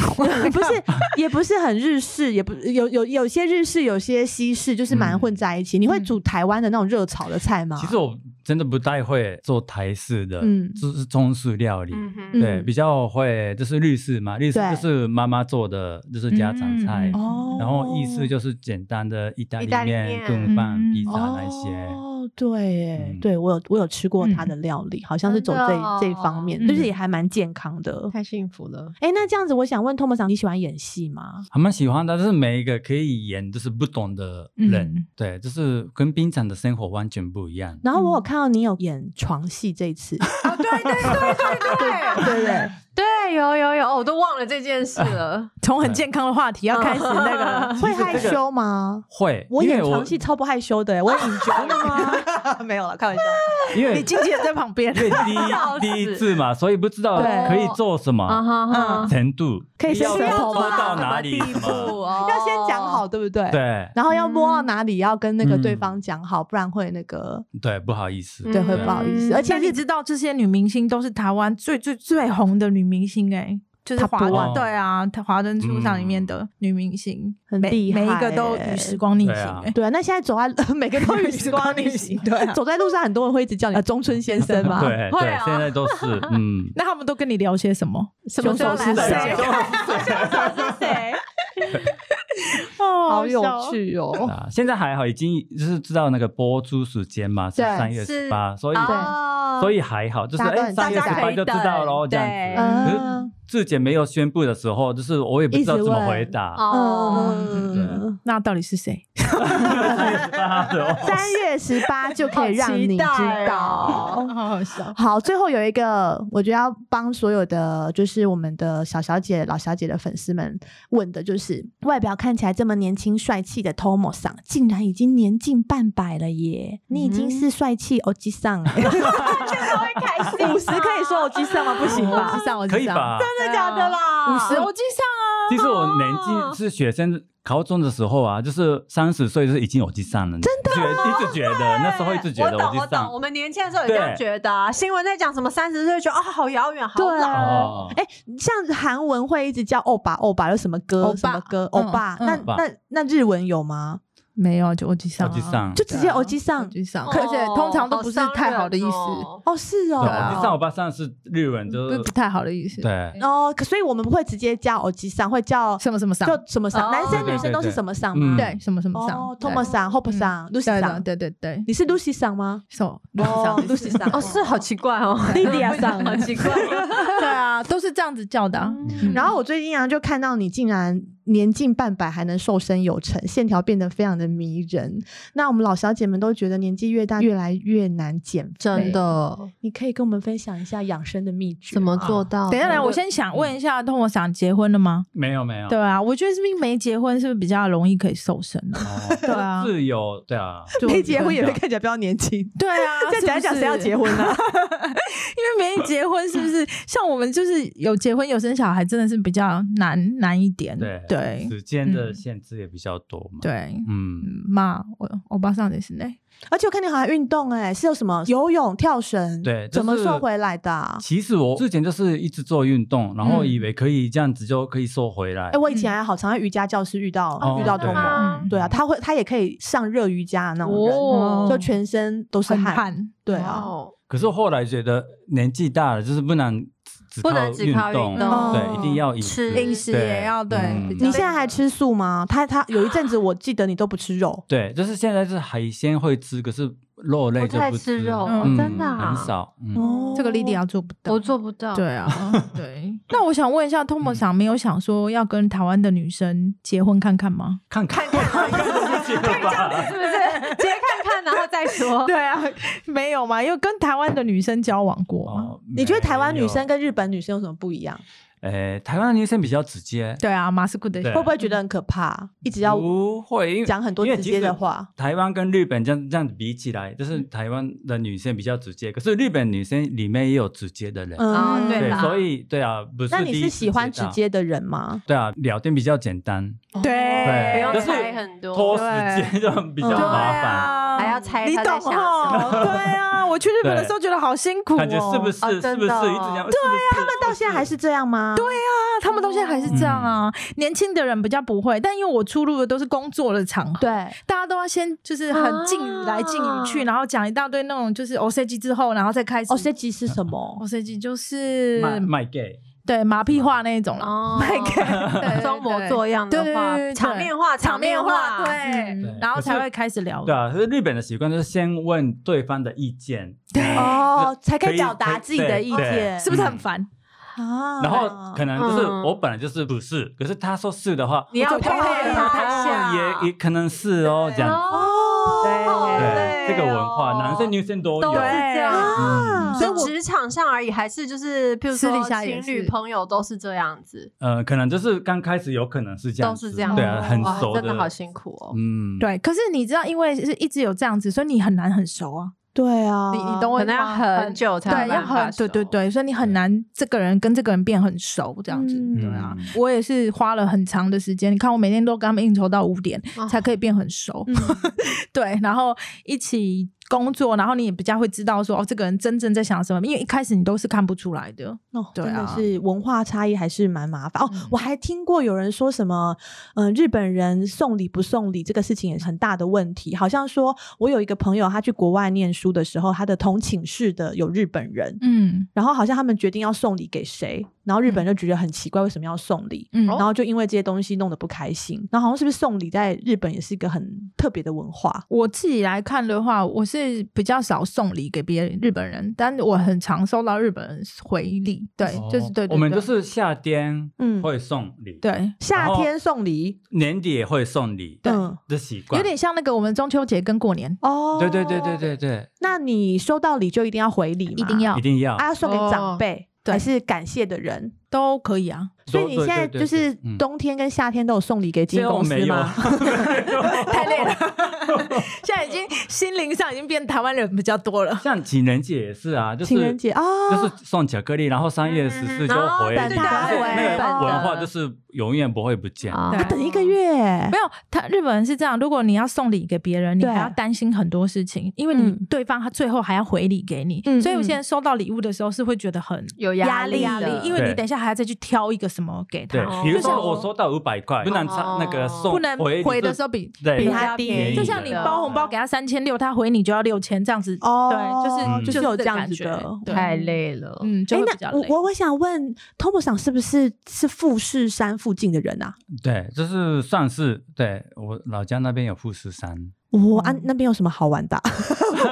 Speaker 1: 不是， 也不是很日式，也不有有有些日式，有些西式，就是蛮混在一起。你会煮台湾的那种热炒的菜吗？
Speaker 3: 嗯其实我真的不太会做台式的
Speaker 1: 啊嗯，
Speaker 3: 就是中式料理。
Speaker 4: 嗯哼
Speaker 1: 嗯
Speaker 3: 对，比较会就是日式嘛，日式
Speaker 1: 对
Speaker 3: 就是妈妈做的，就是家常菜
Speaker 2: 嗯嗯。嗯
Speaker 1: 哦，
Speaker 3: 然后意式就是简单的意大
Speaker 4: 意大
Speaker 3: 利
Speaker 4: 利
Speaker 3: 面
Speaker 4: 面、
Speaker 3: 炖饭
Speaker 2: 嗯、
Speaker 3: 披萨那啊些。
Speaker 1: 哦，对耶，
Speaker 3: 嗯
Speaker 1: 对我有我有吃过他的料理，好像是走
Speaker 4: 真
Speaker 1: 这
Speaker 4: 的
Speaker 1: 一
Speaker 4: 哦
Speaker 1: 这一方面，
Speaker 2: 嗯
Speaker 1: 就是也还蛮健康的。
Speaker 4: 太幸福了。
Speaker 1: 哎，那这样子，我想问 Tom 长，你喜欢演戏吗？
Speaker 3: 还蛮喜欢的，就是每一个可以演就是不同的人，
Speaker 2: 嗯
Speaker 3: 对，就是跟平常的生活完全不一样。
Speaker 1: 然后我有看到你有演床戏这一次，
Speaker 4: 啊，对对
Speaker 1: 对
Speaker 4: 对对对
Speaker 1: 对对，
Speaker 4: 对，有有有，哦我都忘了这件事了。
Speaker 2: 从很健康的话题要开始那个 了。
Speaker 1: 会
Speaker 3: 其实
Speaker 1: 害
Speaker 3: 这个
Speaker 1: 羞吗？
Speaker 3: 会，
Speaker 1: 我
Speaker 3: 因为啊
Speaker 1: 演床戏超不害羞的耶，我很真的吗？没有了，开玩笑。
Speaker 3: 因为
Speaker 2: 你经纪人在旁边
Speaker 3: 因，为 第
Speaker 4: 笑
Speaker 3: 一
Speaker 4: 死
Speaker 3: 第一次嘛，所以不知道
Speaker 1: 对
Speaker 3: 可以做什
Speaker 4: 啊
Speaker 3: 么
Speaker 4: 哈
Speaker 1: 哈
Speaker 4: 哈，
Speaker 3: 程度，
Speaker 1: 可以
Speaker 3: 嗯要
Speaker 1: 伸舌头
Speaker 3: 做
Speaker 1: 吗
Speaker 3: 哦到哪里
Speaker 4: 什么地
Speaker 3: 什
Speaker 4: 步
Speaker 3: 么，
Speaker 4: 哦
Speaker 1: 要先讲好，对不对？。
Speaker 3: 对
Speaker 1: 然后要摸到哪里，要跟那个对
Speaker 3: 嗯
Speaker 1: 方讲好，不然会那个
Speaker 3: 对，不好意思，
Speaker 1: 对
Speaker 4: 嗯
Speaker 1: 会不好意思。
Speaker 4: 嗯
Speaker 1: 而
Speaker 2: 而且
Speaker 1: 且
Speaker 2: 你
Speaker 1: 是
Speaker 2: 知道这些女明星都是台湾最最最红的女明星哎、就是华
Speaker 1: Top
Speaker 2: 灯
Speaker 3: one
Speaker 2: 对啊，嗯她华灯初上里面的女明星，
Speaker 1: 很
Speaker 2: 每
Speaker 1: 厉害
Speaker 2: 每一个都
Speaker 1: 欸
Speaker 2: 与时光逆行
Speaker 3: 对啊
Speaker 2: 哎、，
Speaker 1: 对啊，那现在走在 每个都与时光逆行，对、走在路上很多人会一直叫你呃中村先生 嘛，
Speaker 3: 对
Speaker 4: 会
Speaker 3: 对
Speaker 4: 啊，
Speaker 3: 现在都是嗯
Speaker 2: 那他们都跟你聊些什么？
Speaker 4: 什
Speaker 1: 凶
Speaker 4: 么时候
Speaker 1: 手是
Speaker 2: 哎
Speaker 4: 来？
Speaker 1: 谁？
Speaker 4: 是谁？
Speaker 2: 哦
Speaker 1: 好有。趣哦。
Speaker 3: 啊，现在还好，已经就是知道那个播出时间嘛，是
Speaker 1: 对
Speaker 3: 三月
Speaker 4: 是
Speaker 3: 十八，所以
Speaker 4: 哦
Speaker 3: 所以还好，就是
Speaker 1: 大家都
Speaker 3: 哎，
Speaker 1: 很
Speaker 3: 三月
Speaker 1: 期
Speaker 3: 十
Speaker 1: 待
Speaker 3: 八就知道喽，这样子。可
Speaker 1: 嗯
Speaker 3: 是志姐没有宣布的时候，就是我也不知道
Speaker 1: 一直
Speaker 3: 怎么
Speaker 1: 问
Speaker 3: 回答。
Speaker 4: 哦
Speaker 1: 嗯，
Speaker 2: 那到底是谁？
Speaker 3: 哦
Speaker 1: 三月十八就可以让你知
Speaker 4: 好期待
Speaker 1: 道
Speaker 4: 哦。
Speaker 2: 好好 笑。
Speaker 1: 好，最后有一个，我觉得要帮所有的，就是我们的小小姐、老小姐的粉丝们问的，就是外表看起来这么年轻帅气的 Tomo 桑，竟然已经年近半百了耶！你已经
Speaker 2: 嗯
Speaker 1: 是帅气欧吉桑 了，
Speaker 4: 会开心吗
Speaker 1: 五十可以说欧吉桑吗？不行
Speaker 2: 我
Speaker 1: 吧
Speaker 2: 知？道，我
Speaker 3: 可
Speaker 2: 知
Speaker 3: 以
Speaker 2: 道。
Speaker 3: 吧？
Speaker 4: 真的假的啦？
Speaker 2: 五十，我记
Speaker 3: 其实我年纪是学生，高中的时候啊，就是三十岁，就是已经有记上了，真的，一直觉得那时候一直觉得
Speaker 4: 我懂
Speaker 3: 记
Speaker 4: 我懂，
Speaker 3: 上
Speaker 4: 我。们年轻的时候也这样
Speaker 3: 对
Speaker 4: 觉得啊、新闻在讲什么三十岁，觉得啊、好遥远，好
Speaker 1: 对
Speaker 4: 老。
Speaker 1: 啊，
Speaker 3: 哦，
Speaker 1: 哎、像韩文会一直叫欧巴欧巴，有什么歌
Speaker 2: 欧巴
Speaker 1: 什么歌
Speaker 2: 嗯
Speaker 1: 欧巴？
Speaker 2: 嗯
Speaker 1: 那
Speaker 3: 欧巴
Speaker 1: 那那日文有吗？
Speaker 2: 没有，就我记上
Speaker 3: 有
Speaker 2: 啊，
Speaker 3: 记上，
Speaker 1: 就直接
Speaker 2: 对啊
Speaker 1: 欧吉桑
Speaker 2: 我记上，
Speaker 4: 哦
Speaker 2: 而且通常都不是太好的意思，
Speaker 4: 好
Speaker 1: 哦，是
Speaker 3: 对，
Speaker 1: 哦。
Speaker 2: 对啊
Speaker 3: 我记上我爸上是日文，就
Speaker 2: 不
Speaker 3: 是
Speaker 2: 不太好的意思。，
Speaker 3: 对
Speaker 1: 哦，可所以我们不会直接叫欧吉桑，会叫
Speaker 2: 什么什么上，
Speaker 3: 嗯
Speaker 1: 就什么桑，
Speaker 4: 哦
Speaker 1: 男生
Speaker 3: 对
Speaker 1: 女生都是
Speaker 3: 对对
Speaker 1: 什么桑
Speaker 3: 嗯
Speaker 1: 吗？
Speaker 2: 对什么什么上
Speaker 1: 哦，Tom 桑、Hope 桑、Lucy
Speaker 2: 对
Speaker 1: 桑，
Speaker 2: 对对对，哦
Speaker 1: 你是 Lucy 桑吗？
Speaker 2: 手 Lucy 上
Speaker 1: ，Lucy 桑
Speaker 4: 伤人哦，哦是好奇怪哦
Speaker 1: ，Lydia 桑。
Speaker 4: 好奇怪。
Speaker 2: 对啊，都是这样子叫的啊。
Speaker 3: 嗯
Speaker 1: 然后我最近啊，就看到你竟然年近半百还能瘦身有成，线条变得非常的迷人。那我们老小姐们都觉得年纪越大越来越难减肥，
Speaker 4: 真的，
Speaker 1: 你可以跟我们分享一下养生的秘诀？
Speaker 4: 怎么做到？
Speaker 2: 哦等一下，来，我先想问一下，通我想结婚了吗？
Speaker 3: 没有没有，
Speaker 2: 对啊，我觉得是不是没结婚是不是比较容易可以瘦身呢？
Speaker 3: 哦
Speaker 2: 对啊
Speaker 3: 是有对啊，
Speaker 1: 没结婚也会
Speaker 2: 对
Speaker 1: 看起来比较年轻。，
Speaker 2: 对啊
Speaker 1: 再讲一讲谁要结婚啊？
Speaker 2: 因为没结 婚是不是像我们就是有结婚有生小孩，真的是比较难难一点。
Speaker 3: 对
Speaker 2: 对对
Speaker 3: 时间的限制也比较多嘛。，
Speaker 2: 对，
Speaker 3: 嗯，
Speaker 2: 嗯嘛，我欧巴桑也是呢。
Speaker 1: 而且我看你好像运动哎、是有什么游泳、跳绳？
Speaker 3: 对就是
Speaker 1: 怎么瘦回来的啊、
Speaker 3: 其实我之前就是一直做运动，然后
Speaker 2: 嗯
Speaker 3: 以为可以这样子就可以瘦回来
Speaker 1: 哎、。我以前还好常在瑜伽教室遇到、
Speaker 3: 哦
Speaker 1: 遇到
Speaker 3: 真
Speaker 1: 同
Speaker 3: 的
Speaker 1: 盟，
Speaker 3: 吗
Speaker 2: 嗯
Speaker 1: 对啊，他会他也可以上热瑜伽的那种人，
Speaker 4: 哦
Speaker 1: 就全身都是
Speaker 2: 很
Speaker 1: 汗，
Speaker 2: 汗，
Speaker 1: 对啊，
Speaker 4: 哦
Speaker 3: 可是后来觉得年纪大了，就是不能只
Speaker 5: 不能只靠
Speaker 3: 动
Speaker 5: 运，
Speaker 1: 动
Speaker 3: 对，一定要饮
Speaker 5: 吃
Speaker 3: 食
Speaker 2: 饮食也要对
Speaker 3: 嗯
Speaker 2: 比较
Speaker 1: 你现在还吃素吗？他他有一阵子我记得你都不吃肉，
Speaker 3: 对，就是现在是海鲜会吃，可是肉类
Speaker 5: 不
Speaker 3: 就
Speaker 5: 太
Speaker 3: 吃
Speaker 5: 吃肉，
Speaker 2: 嗯
Speaker 5: 哦真的啊
Speaker 3: 很，少。嗯，
Speaker 1: 哦
Speaker 2: 这个莉莉亚做不到，
Speaker 5: 我做不到。
Speaker 2: 对啊，对。那我想问一下，Tom
Speaker 3: 嗯
Speaker 2: 想没有想说要跟台湾的女生结婚看 看吗？
Speaker 3: 看看看看不起了吧？
Speaker 5: 是不是？直接看看，然后再说。
Speaker 2: 对啊， 没有嘛，因为跟台湾的女生交往过嘛。
Speaker 3: 哦
Speaker 1: 你觉得台湾女生
Speaker 3: 没
Speaker 1: 跟日本女生有什么不一样？
Speaker 3: 有呃台湾的女生比较直接？
Speaker 2: 对啊，马斯库的
Speaker 3: 对
Speaker 1: 会不会觉得很可怕？一直要
Speaker 3: 不会，因为
Speaker 1: 讲很多
Speaker 3: 因为
Speaker 1: 直
Speaker 3: 其
Speaker 1: 接的
Speaker 3: 实
Speaker 1: 话嗯
Speaker 3: 台湾跟日本这样这样子比起来，就是台湾的女生比较直接，可是日本女生里面也有直接的人，
Speaker 5: 啊对
Speaker 3: 对，
Speaker 5: 啦
Speaker 3: 所以对啊，不
Speaker 1: 嗯
Speaker 3: 是
Speaker 1: 那你
Speaker 3: 第一
Speaker 1: 是
Speaker 3: 次
Speaker 1: 喜欢直
Speaker 3: 到？
Speaker 1: 接的人吗？
Speaker 3: 对啊，聊天比较简单，
Speaker 5: 不
Speaker 2: 对
Speaker 3: 哦
Speaker 2: 啊
Speaker 3: 对，
Speaker 5: 用
Speaker 3: 就是
Speaker 5: 猜很
Speaker 3: 拖
Speaker 5: 多
Speaker 3: 时，
Speaker 2: 对
Speaker 3: 间就比较
Speaker 2: 对
Speaker 3: 麻
Speaker 1: 嗯
Speaker 3: 烦，
Speaker 2: 啊，
Speaker 5: 还要猜
Speaker 2: 你
Speaker 5: 他在
Speaker 2: 懂
Speaker 5: 想什么
Speaker 2: 哦？对啊，我去日本的时候觉得好辛苦哦。
Speaker 3: 感觉是不是
Speaker 5: 哦
Speaker 3: 是不是一直
Speaker 5: 真
Speaker 3: 这
Speaker 5: 的哦
Speaker 3: 样？对啊，他们
Speaker 1: 到现在还是这样吗？对呀，
Speaker 2: 啊，他们到现在还是这样啊。
Speaker 3: 嗯
Speaker 2: 年轻的人比较不会，但因为我出入的都是工作的场合，
Speaker 1: 对，
Speaker 2: 大家都要先就是很敬语来敬语去，
Speaker 5: 啊
Speaker 2: 然后讲一大堆那种就是 O C G 之后，然后再开始。
Speaker 1: 哦，设计是什么？
Speaker 2: O C G 就是
Speaker 1: 嗯
Speaker 3: 卖卖 gay，
Speaker 2: 对马屁话那一种 了，
Speaker 5: 哦，
Speaker 2: 卖给对
Speaker 5: 装模
Speaker 2: 对
Speaker 5: 作样
Speaker 2: 对
Speaker 5: 的
Speaker 2: 对
Speaker 5: 话
Speaker 2: 对对，
Speaker 5: 场面话，嗯
Speaker 2: 场面话，
Speaker 5: 对，
Speaker 2: 对，
Speaker 3: 对
Speaker 2: 然后
Speaker 3: 可是
Speaker 2: 才会开始聊。
Speaker 3: 对啊，可是日本的习惯就是先问对方的意见，
Speaker 1: 哦，才可
Speaker 3: 可
Speaker 1: 以
Speaker 3: 以
Speaker 1: 表达自己的
Speaker 3: 对
Speaker 1: 意
Speaker 3: 对
Speaker 1: 见，
Speaker 2: 是不是很烦？
Speaker 1: 啊？
Speaker 2: 哎
Speaker 3: 然后可能就是
Speaker 5: 嗯
Speaker 3: 我本来就是不是，可是他说是的话，
Speaker 5: 你要
Speaker 3: 我就
Speaker 5: 配合他一
Speaker 4: 哎
Speaker 5: 下
Speaker 3: 哦也也可能是哦，这样子。
Speaker 1: 哦，
Speaker 3: 对，这个文化，男生女生都有
Speaker 5: 都。是这样。
Speaker 1: 啊，
Speaker 2: 所以
Speaker 5: 是
Speaker 2: 我
Speaker 5: 嗯职场上而已，还是就是，譬如
Speaker 2: 私底
Speaker 5: 说
Speaker 2: 下也
Speaker 5: 情
Speaker 2: 是
Speaker 5: 侣朋友都是这样子，
Speaker 3: 呃，可能就是刚开始有可能是这样
Speaker 5: 都
Speaker 3: 子，
Speaker 5: 是这样子。
Speaker 3: 对啊，很
Speaker 5: 哇
Speaker 3: 熟
Speaker 5: 真的好辛苦哦。
Speaker 3: 嗯，
Speaker 2: 对，可是你知道，因为是一直有这样子，所以你很难很熟啊。
Speaker 1: 对啊，
Speaker 2: 你你懂我
Speaker 5: 呃可
Speaker 2: 意
Speaker 5: 能
Speaker 2: 思
Speaker 5: 要
Speaker 2: 吗？
Speaker 5: 很久才
Speaker 2: 对，
Speaker 5: 有
Speaker 2: 要
Speaker 5: 办法
Speaker 2: 很对对
Speaker 5: 熟
Speaker 2: 对，所以你很难这个人跟这个人变很熟这样子。
Speaker 1: 嗯
Speaker 2: 对啊
Speaker 3: 嗯，
Speaker 2: 我也是花了很长的时间，你看我每天都跟他们应酬到五点、
Speaker 5: 哦
Speaker 2: 才可以变很熟。
Speaker 1: 嗯
Speaker 2: 对，然后一起工作，然后你也比较会知道说哦，这个人真正在想什么，因为一开始你都是看不出来的。
Speaker 1: 哦，
Speaker 2: 对
Speaker 1: 真的
Speaker 2: 啊
Speaker 1: 是文化差异还是蛮麻烦哦。
Speaker 2: 嗯
Speaker 1: 我还听过有人说什么，嗯、日本人送礼不送礼这个事情也是很大的问题。好像说我有一个朋友，他去国外念书的时候，他的同寝室的有日本人，
Speaker 2: 嗯
Speaker 1: 然后好像他们决定要送礼给谁，然后日本人就觉得很奇怪，为什么要送礼？
Speaker 2: 嗯，
Speaker 5: 哦
Speaker 1: 然后就因为这些东西弄得不开心，然后好像是不是送礼在日本也是一个很特别的文化？
Speaker 2: 我自己来看的话，我是比较少送礼给别人日本人，但我很常收到日本人回礼。对，就是对对对，
Speaker 3: 哦我们就是夏天
Speaker 1: 嗯
Speaker 3: 会送礼，，
Speaker 2: 对。
Speaker 1: 夏天送礼，
Speaker 3: 年底也会送礼
Speaker 2: 对
Speaker 1: 嗯，
Speaker 3: 的习惯，
Speaker 2: 有点像那个我们中秋节跟过年，
Speaker 1: 哦，
Speaker 3: 对对对对。对对，
Speaker 1: 那你收到礼就一定要回礼吗？
Speaker 2: 一定要
Speaker 3: 一定要
Speaker 1: 啊，要送给长
Speaker 2: 哦
Speaker 1: 辈、
Speaker 2: 对
Speaker 1: 还是感谢的人？
Speaker 2: 都可以啊。
Speaker 1: 所以
Speaker 3: 都
Speaker 1: 你
Speaker 3: 对
Speaker 1: 现在
Speaker 3: 对对
Speaker 1: 就是
Speaker 3: 对嗯
Speaker 1: 冬天跟夏天都有送礼给经纪公司
Speaker 3: 没有
Speaker 1: 吗？
Speaker 2: 太累了， 现在已经心灵上已经变台湾人比较多了。
Speaker 3: 像情人节也是啊，就是
Speaker 1: 情人节啊，
Speaker 3: 就是送巧克力，然后三月十四就
Speaker 5: 嗯
Speaker 3: 回礼，
Speaker 1: 等他
Speaker 3: 但是
Speaker 1: 回
Speaker 3: 那
Speaker 1: 哦
Speaker 3: 个文化就是永远不会不见。
Speaker 4: 哦
Speaker 5: 啊
Speaker 2: 对
Speaker 1: 要等一个月
Speaker 2: 没有，他日本人是这样，如果你要送礼给别人，你
Speaker 1: 对
Speaker 2: 还要担心很多事情，因为你
Speaker 1: 嗯
Speaker 2: 对方他最后还要回礼给你，
Speaker 1: 嗯
Speaker 2: 所以我现在收到礼物的时候是会觉得很
Speaker 5: 有压力
Speaker 2: 压力
Speaker 5: 的，
Speaker 2: 因为你
Speaker 3: 对
Speaker 2: 等一下还要再去挑一个什么给
Speaker 3: 对
Speaker 2: 他，，
Speaker 3: 比如
Speaker 2: 就是
Speaker 3: 说我收到五百块，不能差
Speaker 5: 哦
Speaker 3: 那个送
Speaker 2: 不能
Speaker 3: 回
Speaker 2: 回
Speaker 3: 礼
Speaker 2: 的
Speaker 3: 就
Speaker 2: 时候比。
Speaker 3: 对
Speaker 1: 比
Speaker 3: 比
Speaker 1: 他
Speaker 3: 他
Speaker 1: 低
Speaker 3: 低，
Speaker 2: 就像你包红包给他三千六，他回你就要六千这样子，
Speaker 1: 哦
Speaker 3: 嗯
Speaker 1: 就
Speaker 2: 对，就是是
Speaker 1: 有
Speaker 2: 就
Speaker 1: 这
Speaker 2: 是
Speaker 1: 样
Speaker 2: 感
Speaker 1: 子
Speaker 2: 觉
Speaker 1: 的
Speaker 2: 对
Speaker 5: 太累了。
Speaker 2: 嗯，就
Speaker 1: 哎
Speaker 2: 会，比较
Speaker 1: 那我
Speaker 2: 累。
Speaker 1: 我我想问 t o m 赏是不是是富士山附近的人啊？
Speaker 3: 对，就是算是对我老家那边有富士山，
Speaker 1: 哇、
Speaker 2: 嗯
Speaker 1: 啊，那边有什么好玩的啊、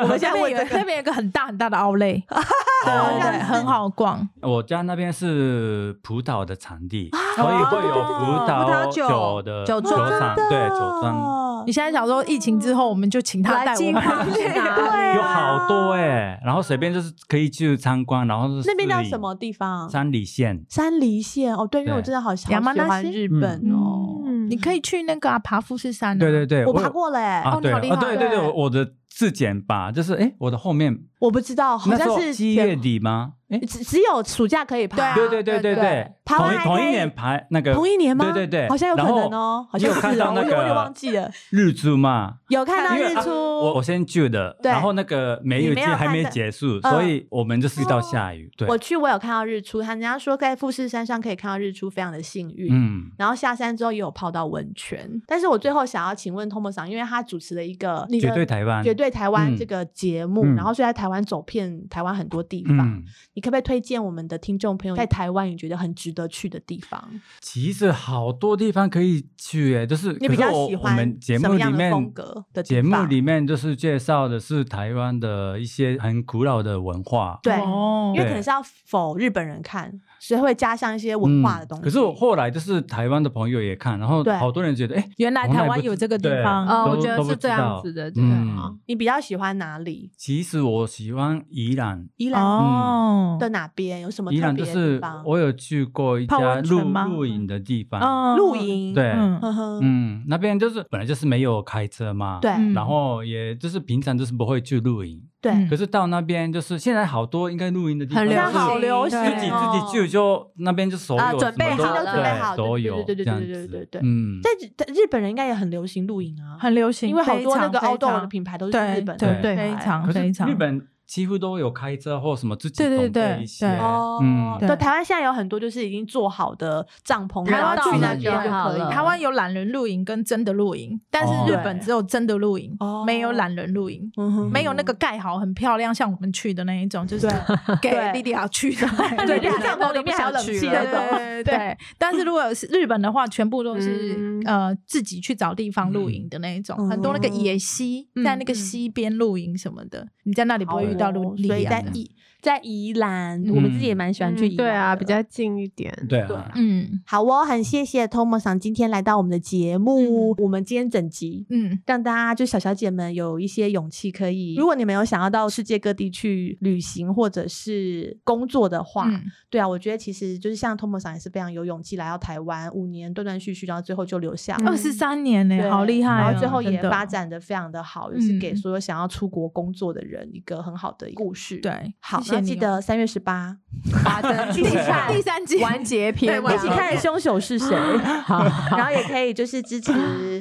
Speaker 1: 我们现
Speaker 2: 那
Speaker 1: 在问
Speaker 2: 边有
Speaker 1: 这
Speaker 2: 那
Speaker 1: 个，
Speaker 2: 边有一个很大很大的奥莱，
Speaker 3: 哦
Speaker 2: 对对，很好逛。
Speaker 3: 我家那边是葡萄的产地，所以会有葡
Speaker 5: 萄
Speaker 3: 萄
Speaker 5: 酒
Speaker 3: 的
Speaker 5: 酒
Speaker 3: 酒
Speaker 5: 庄
Speaker 3: 厂，
Speaker 1: 哦真的
Speaker 3: 对酒庄
Speaker 2: 你现在想说疫情之后，我们就请他带
Speaker 5: 来
Speaker 2: 我
Speaker 5: 计划
Speaker 2: 们
Speaker 5: 去
Speaker 2: 去。
Speaker 5: 哪
Speaker 4: 啊
Speaker 5: 里？
Speaker 3: 有好多哎，然后随便就是可以去参观，然后是
Speaker 1: 那边
Speaker 3: 市
Speaker 1: 叫
Speaker 3: 里
Speaker 1: 什么地方？
Speaker 3: 山梨县，
Speaker 1: 山梨县哦，对，因为我
Speaker 3: 对
Speaker 1: 真的好好喜
Speaker 2: 亚麻那
Speaker 1: 欢
Speaker 2: 西
Speaker 1: 日本哦，
Speaker 5: 嗯
Speaker 2: 你可以去那个啊，爬富士山、啊。
Speaker 3: 对对对，
Speaker 1: 我
Speaker 3: 有
Speaker 1: 爬过嘞、
Speaker 3: 啊，
Speaker 2: 哦你
Speaker 3: 对
Speaker 2: 好
Speaker 3: 啊
Speaker 2: 厉害
Speaker 3: 对对对，我我的质检吧，就是哎，我的后面
Speaker 1: 哦我不知道，好
Speaker 3: 那时
Speaker 1: 像
Speaker 3: 候
Speaker 1: 是
Speaker 3: 七
Speaker 1: 前
Speaker 3: 月底吗？诶
Speaker 1: 只只有暑假可以爬，
Speaker 2: 对啊
Speaker 3: 对对
Speaker 2: 对
Speaker 3: 对对，
Speaker 1: 台湾
Speaker 3: 同一
Speaker 1: 还
Speaker 3: 同
Speaker 1: 可
Speaker 3: 一
Speaker 1: 以
Speaker 3: 年排那个
Speaker 1: 同一年吗？
Speaker 3: 对对对，
Speaker 1: 好像有可
Speaker 3: 然后
Speaker 1: 能哦，好
Speaker 3: 你
Speaker 1: 像
Speaker 3: 有
Speaker 1: 是
Speaker 3: 看到
Speaker 1: 哦
Speaker 3: 那
Speaker 1: 我有点
Speaker 3: 个
Speaker 1: 忘记了，
Speaker 3: 日出嘛？
Speaker 1: 有看到
Speaker 3: 因为
Speaker 1: 日
Speaker 3: 啊
Speaker 1: 出，
Speaker 3: 我我先去的，
Speaker 1: 对
Speaker 3: 然后那个梅雨
Speaker 1: 你
Speaker 3: 季
Speaker 1: 没有
Speaker 3: 还没
Speaker 1: 看的
Speaker 3: 结束，
Speaker 1: 嗯哦
Speaker 3: 所以我们就是遇到下雨。对，
Speaker 1: 我去，我有看到日出。他人家说在富士山上可以看到日出，非常的幸运。
Speaker 3: 嗯，
Speaker 1: 然后下山之后也有泡到温泉，但是我最后想要请问 Tom 桑，因为他主持了一个你的
Speaker 3: 绝对台湾，
Speaker 1: 绝对台湾
Speaker 3: 嗯
Speaker 1: 这个节目，
Speaker 3: 嗯
Speaker 1: 然后是在台湾走遍台湾很多地方，
Speaker 3: 嗯，
Speaker 1: 你可不可以推荐我们的听众朋友在台湾你觉得很值得去的地方？
Speaker 3: 其实好多地方可以去诶，就是
Speaker 1: 你
Speaker 3: 可
Speaker 1: 比
Speaker 3: 是
Speaker 1: 较
Speaker 3: 我
Speaker 1: 喜
Speaker 3: 我们
Speaker 1: 欢
Speaker 3: 节
Speaker 1: 什么
Speaker 3: 目里
Speaker 1: 样的
Speaker 3: 面
Speaker 1: 风格的地
Speaker 3: 节目
Speaker 1: 方
Speaker 3: 里面就是介绍的是台湾的一些很古老的文化，
Speaker 1: 对，
Speaker 2: 哦
Speaker 1: 因为可能是要否日本人看，所以会加上一些文化的东西。
Speaker 3: 嗯可是我后来就是台湾的朋友也看，然后
Speaker 1: 对
Speaker 3: 好多人觉得，哎，
Speaker 2: 原来
Speaker 3: 从来
Speaker 2: 台湾
Speaker 3: 不
Speaker 2: 有
Speaker 3: 知
Speaker 2: 这个地
Speaker 3: 对
Speaker 2: 方
Speaker 5: 嗯
Speaker 4: 呃，我
Speaker 3: 都
Speaker 4: 觉得
Speaker 3: 都不
Speaker 4: 是
Speaker 3: 知
Speaker 4: 这样
Speaker 3: 道
Speaker 4: 子的，对啊
Speaker 3: 嗯，
Speaker 1: 你比较喜欢哪里？
Speaker 3: 其实我喜欢宜兰，
Speaker 1: 宜兰
Speaker 2: 哦
Speaker 3: 嗯
Speaker 1: 的哪边有什么
Speaker 3: 宜
Speaker 1: 特
Speaker 3: 兰就
Speaker 1: 别的地
Speaker 3: 是
Speaker 1: 方？
Speaker 3: 我有去过一
Speaker 2: 泡
Speaker 3: 家
Speaker 2: 温泉
Speaker 3: 露
Speaker 2: 吗
Speaker 3: 露营的地方，
Speaker 2: 哦
Speaker 1: 露，营，
Speaker 3: 对，
Speaker 2: 嗯
Speaker 1: 呵呵，
Speaker 3: 嗯，那边就是本来就是没有开车嘛，
Speaker 1: 对
Speaker 2: 嗯
Speaker 3: 然后也就是平常就是不会去露营，
Speaker 1: 对，
Speaker 2: 嗯
Speaker 3: 可是到那边就是现在好多应该露营的地方
Speaker 4: 很
Speaker 3: 都
Speaker 4: 流
Speaker 3: 是
Speaker 1: 那
Speaker 4: 行
Speaker 1: 好流行
Speaker 2: 对
Speaker 1: 哦，
Speaker 3: 自己自己去就那边就所有
Speaker 5: 啊
Speaker 3: 什么
Speaker 5: 准备
Speaker 3: 都
Speaker 5: 好了
Speaker 1: 都准备好
Speaker 3: 对都有
Speaker 1: 对对对对
Speaker 3: 这样
Speaker 1: 对对
Speaker 3: 子
Speaker 1: 对对对
Speaker 3: 嗯，
Speaker 1: 在日在日本人应该也很流行露营啊，
Speaker 2: 很流行，
Speaker 1: 因为好
Speaker 2: 非
Speaker 1: 多那
Speaker 2: 常
Speaker 1: 个
Speaker 2: 非
Speaker 1: outdoor 的
Speaker 2: 常
Speaker 1: 品牌都是
Speaker 2: 对
Speaker 1: 日本
Speaker 2: 对
Speaker 1: 的，
Speaker 3: 对
Speaker 2: 非常
Speaker 3: 可是
Speaker 2: 非常
Speaker 3: 日本几乎都有开车或什么自己
Speaker 2: 对对
Speaker 3: 准备
Speaker 2: 对
Speaker 3: 一些
Speaker 2: 对
Speaker 1: 哦，
Speaker 3: 嗯
Speaker 1: 对，
Speaker 2: 对
Speaker 1: 台湾现在有很多就是已经做好的帐篷，
Speaker 5: 台
Speaker 1: 然
Speaker 5: 湾
Speaker 1: 后去
Speaker 5: 到
Speaker 1: 那
Speaker 5: 了
Speaker 1: 边
Speaker 5: 就
Speaker 1: 就
Speaker 5: 好
Speaker 1: 可以
Speaker 5: 了。
Speaker 2: 台湾有懒人露营跟真的露营，但是
Speaker 3: 哦
Speaker 2: 日本只有真的露营
Speaker 1: 哦，
Speaker 2: 没有懒人露营。
Speaker 1: 嗯哼
Speaker 2: 没有那个盖好很漂亮，像我们去的那一种，就是
Speaker 1: 对
Speaker 2: 给
Speaker 1: 对
Speaker 2: 莉莉亚去的，
Speaker 5: 对
Speaker 1: 对，就是帐篷里面还有冷气
Speaker 5: 对
Speaker 1: 那
Speaker 2: 对
Speaker 1: 种，
Speaker 2: 对对对。但是如果是日本的话，全部都是
Speaker 5: 嗯
Speaker 2: 呃自己去找地方露营的那一种，
Speaker 1: 嗯
Speaker 2: 很多那个野溪，
Speaker 1: 嗯
Speaker 2: 在那个溪边露营什么的，你在那里不会遇
Speaker 1: 好哦
Speaker 2: 到露莉
Speaker 1: 所以
Speaker 2: 莉亚
Speaker 1: 在
Speaker 2: 的。
Speaker 1: 宜在宜兰，我们自己也蛮喜
Speaker 5: 嗯
Speaker 1: 欢去宜兰的，
Speaker 4: 对啊，比较近一点，
Speaker 3: 对啊，
Speaker 2: 嗯
Speaker 1: 好哦，很谢谢 Tomo 桑今天来到我们的节目，我们今天整集。
Speaker 2: 嗯，
Speaker 1: 让大家就小小姐们有一些勇气，可以如果你们有想要到世界各地去旅行或者是工作的话，
Speaker 2: 嗯
Speaker 1: 对啊，我觉得其实就是像 Tomo 桑也是非常有勇气来到台湾，五年断断续续，然后最后就留下了。
Speaker 2: 二十三年呢，
Speaker 1: 对
Speaker 2: 嗯好厉害哦！
Speaker 1: 然后最后也
Speaker 2: 真的
Speaker 1: 发展的非常的好，也是给
Speaker 2: 嗯
Speaker 1: 所有想要出国工作的人一个很好的故事。，
Speaker 2: 对，
Speaker 1: 好，
Speaker 2: 谢谢
Speaker 1: 那
Speaker 2: 你
Speaker 1: 记
Speaker 2: 哦
Speaker 1: 得三月十八，
Speaker 5: 把灯
Speaker 1: 一起看
Speaker 2: 第三集
Speaker 5: 完结
Speaker 2: 对
Speaker 5: 篇，
Speaker 2: 完
Speaker 1: 一
Speaker 2: 结
Speaker 1: 起
Speaker 2: 篇
Speaker 1: 看凶手是 谁。
Speaker 4: 好，
Speaker 1: 然后也可以就是支 持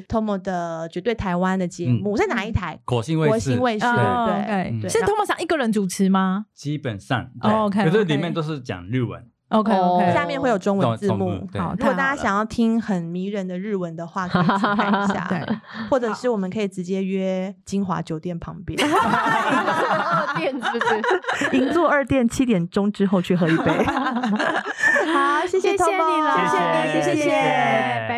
Speaker 1: Tomo 的绝对台湾的节目，在哪一台？
Speaker 3: 国信卫
Speaker 1: 国
Speaker 3: 视
Speaker 1: 新卫视，
Speaker 2: 哦
Speaker 1: 对对。
Speaker 2: ，OK
Speaker 3: 对
Speaker 2: 是 Tom 上一个人主持吗
Speaker 3: 基本上
Speaker 2: 哦
Speaker 3: 对
Speaker 2: OK，
Speaker 3: 可是
Speaker 2: OK
Speaker 3: 里面都是讲日文，
Speaker 2: ？OK
Speaker 4: 哦
Speaker 2: OK，
Speaker 1: 下面会有嗯中文字
Speaker 3: 中
Speaker 1: 幕
Speaker 3: 文。对
Speaker 2: 好
Speaker 1: 如果
Speaker 2: 太好
Speaker 1: 大家
Speaker 2: 了
Speaker 1: 想要听很迷人的日文的话，可以去看一 下，
Speaker 2: 对，
Speaker 1: 或者是我们可以直接约金华酒店旁边，
Speaker 4: 店是不是？
Speaker 1: 银座二店七点钟 之后去喝一杯。好，谢谢
Speaker 2: 谢谢
Speaker 1: Tomo
Speaker 2: 你了
Speaker 3: 谢谢
Speaker 1: 谢谢，
Speaker 3: 谢谢
Speaker 1: 谢谢。
Speaker 4: 拜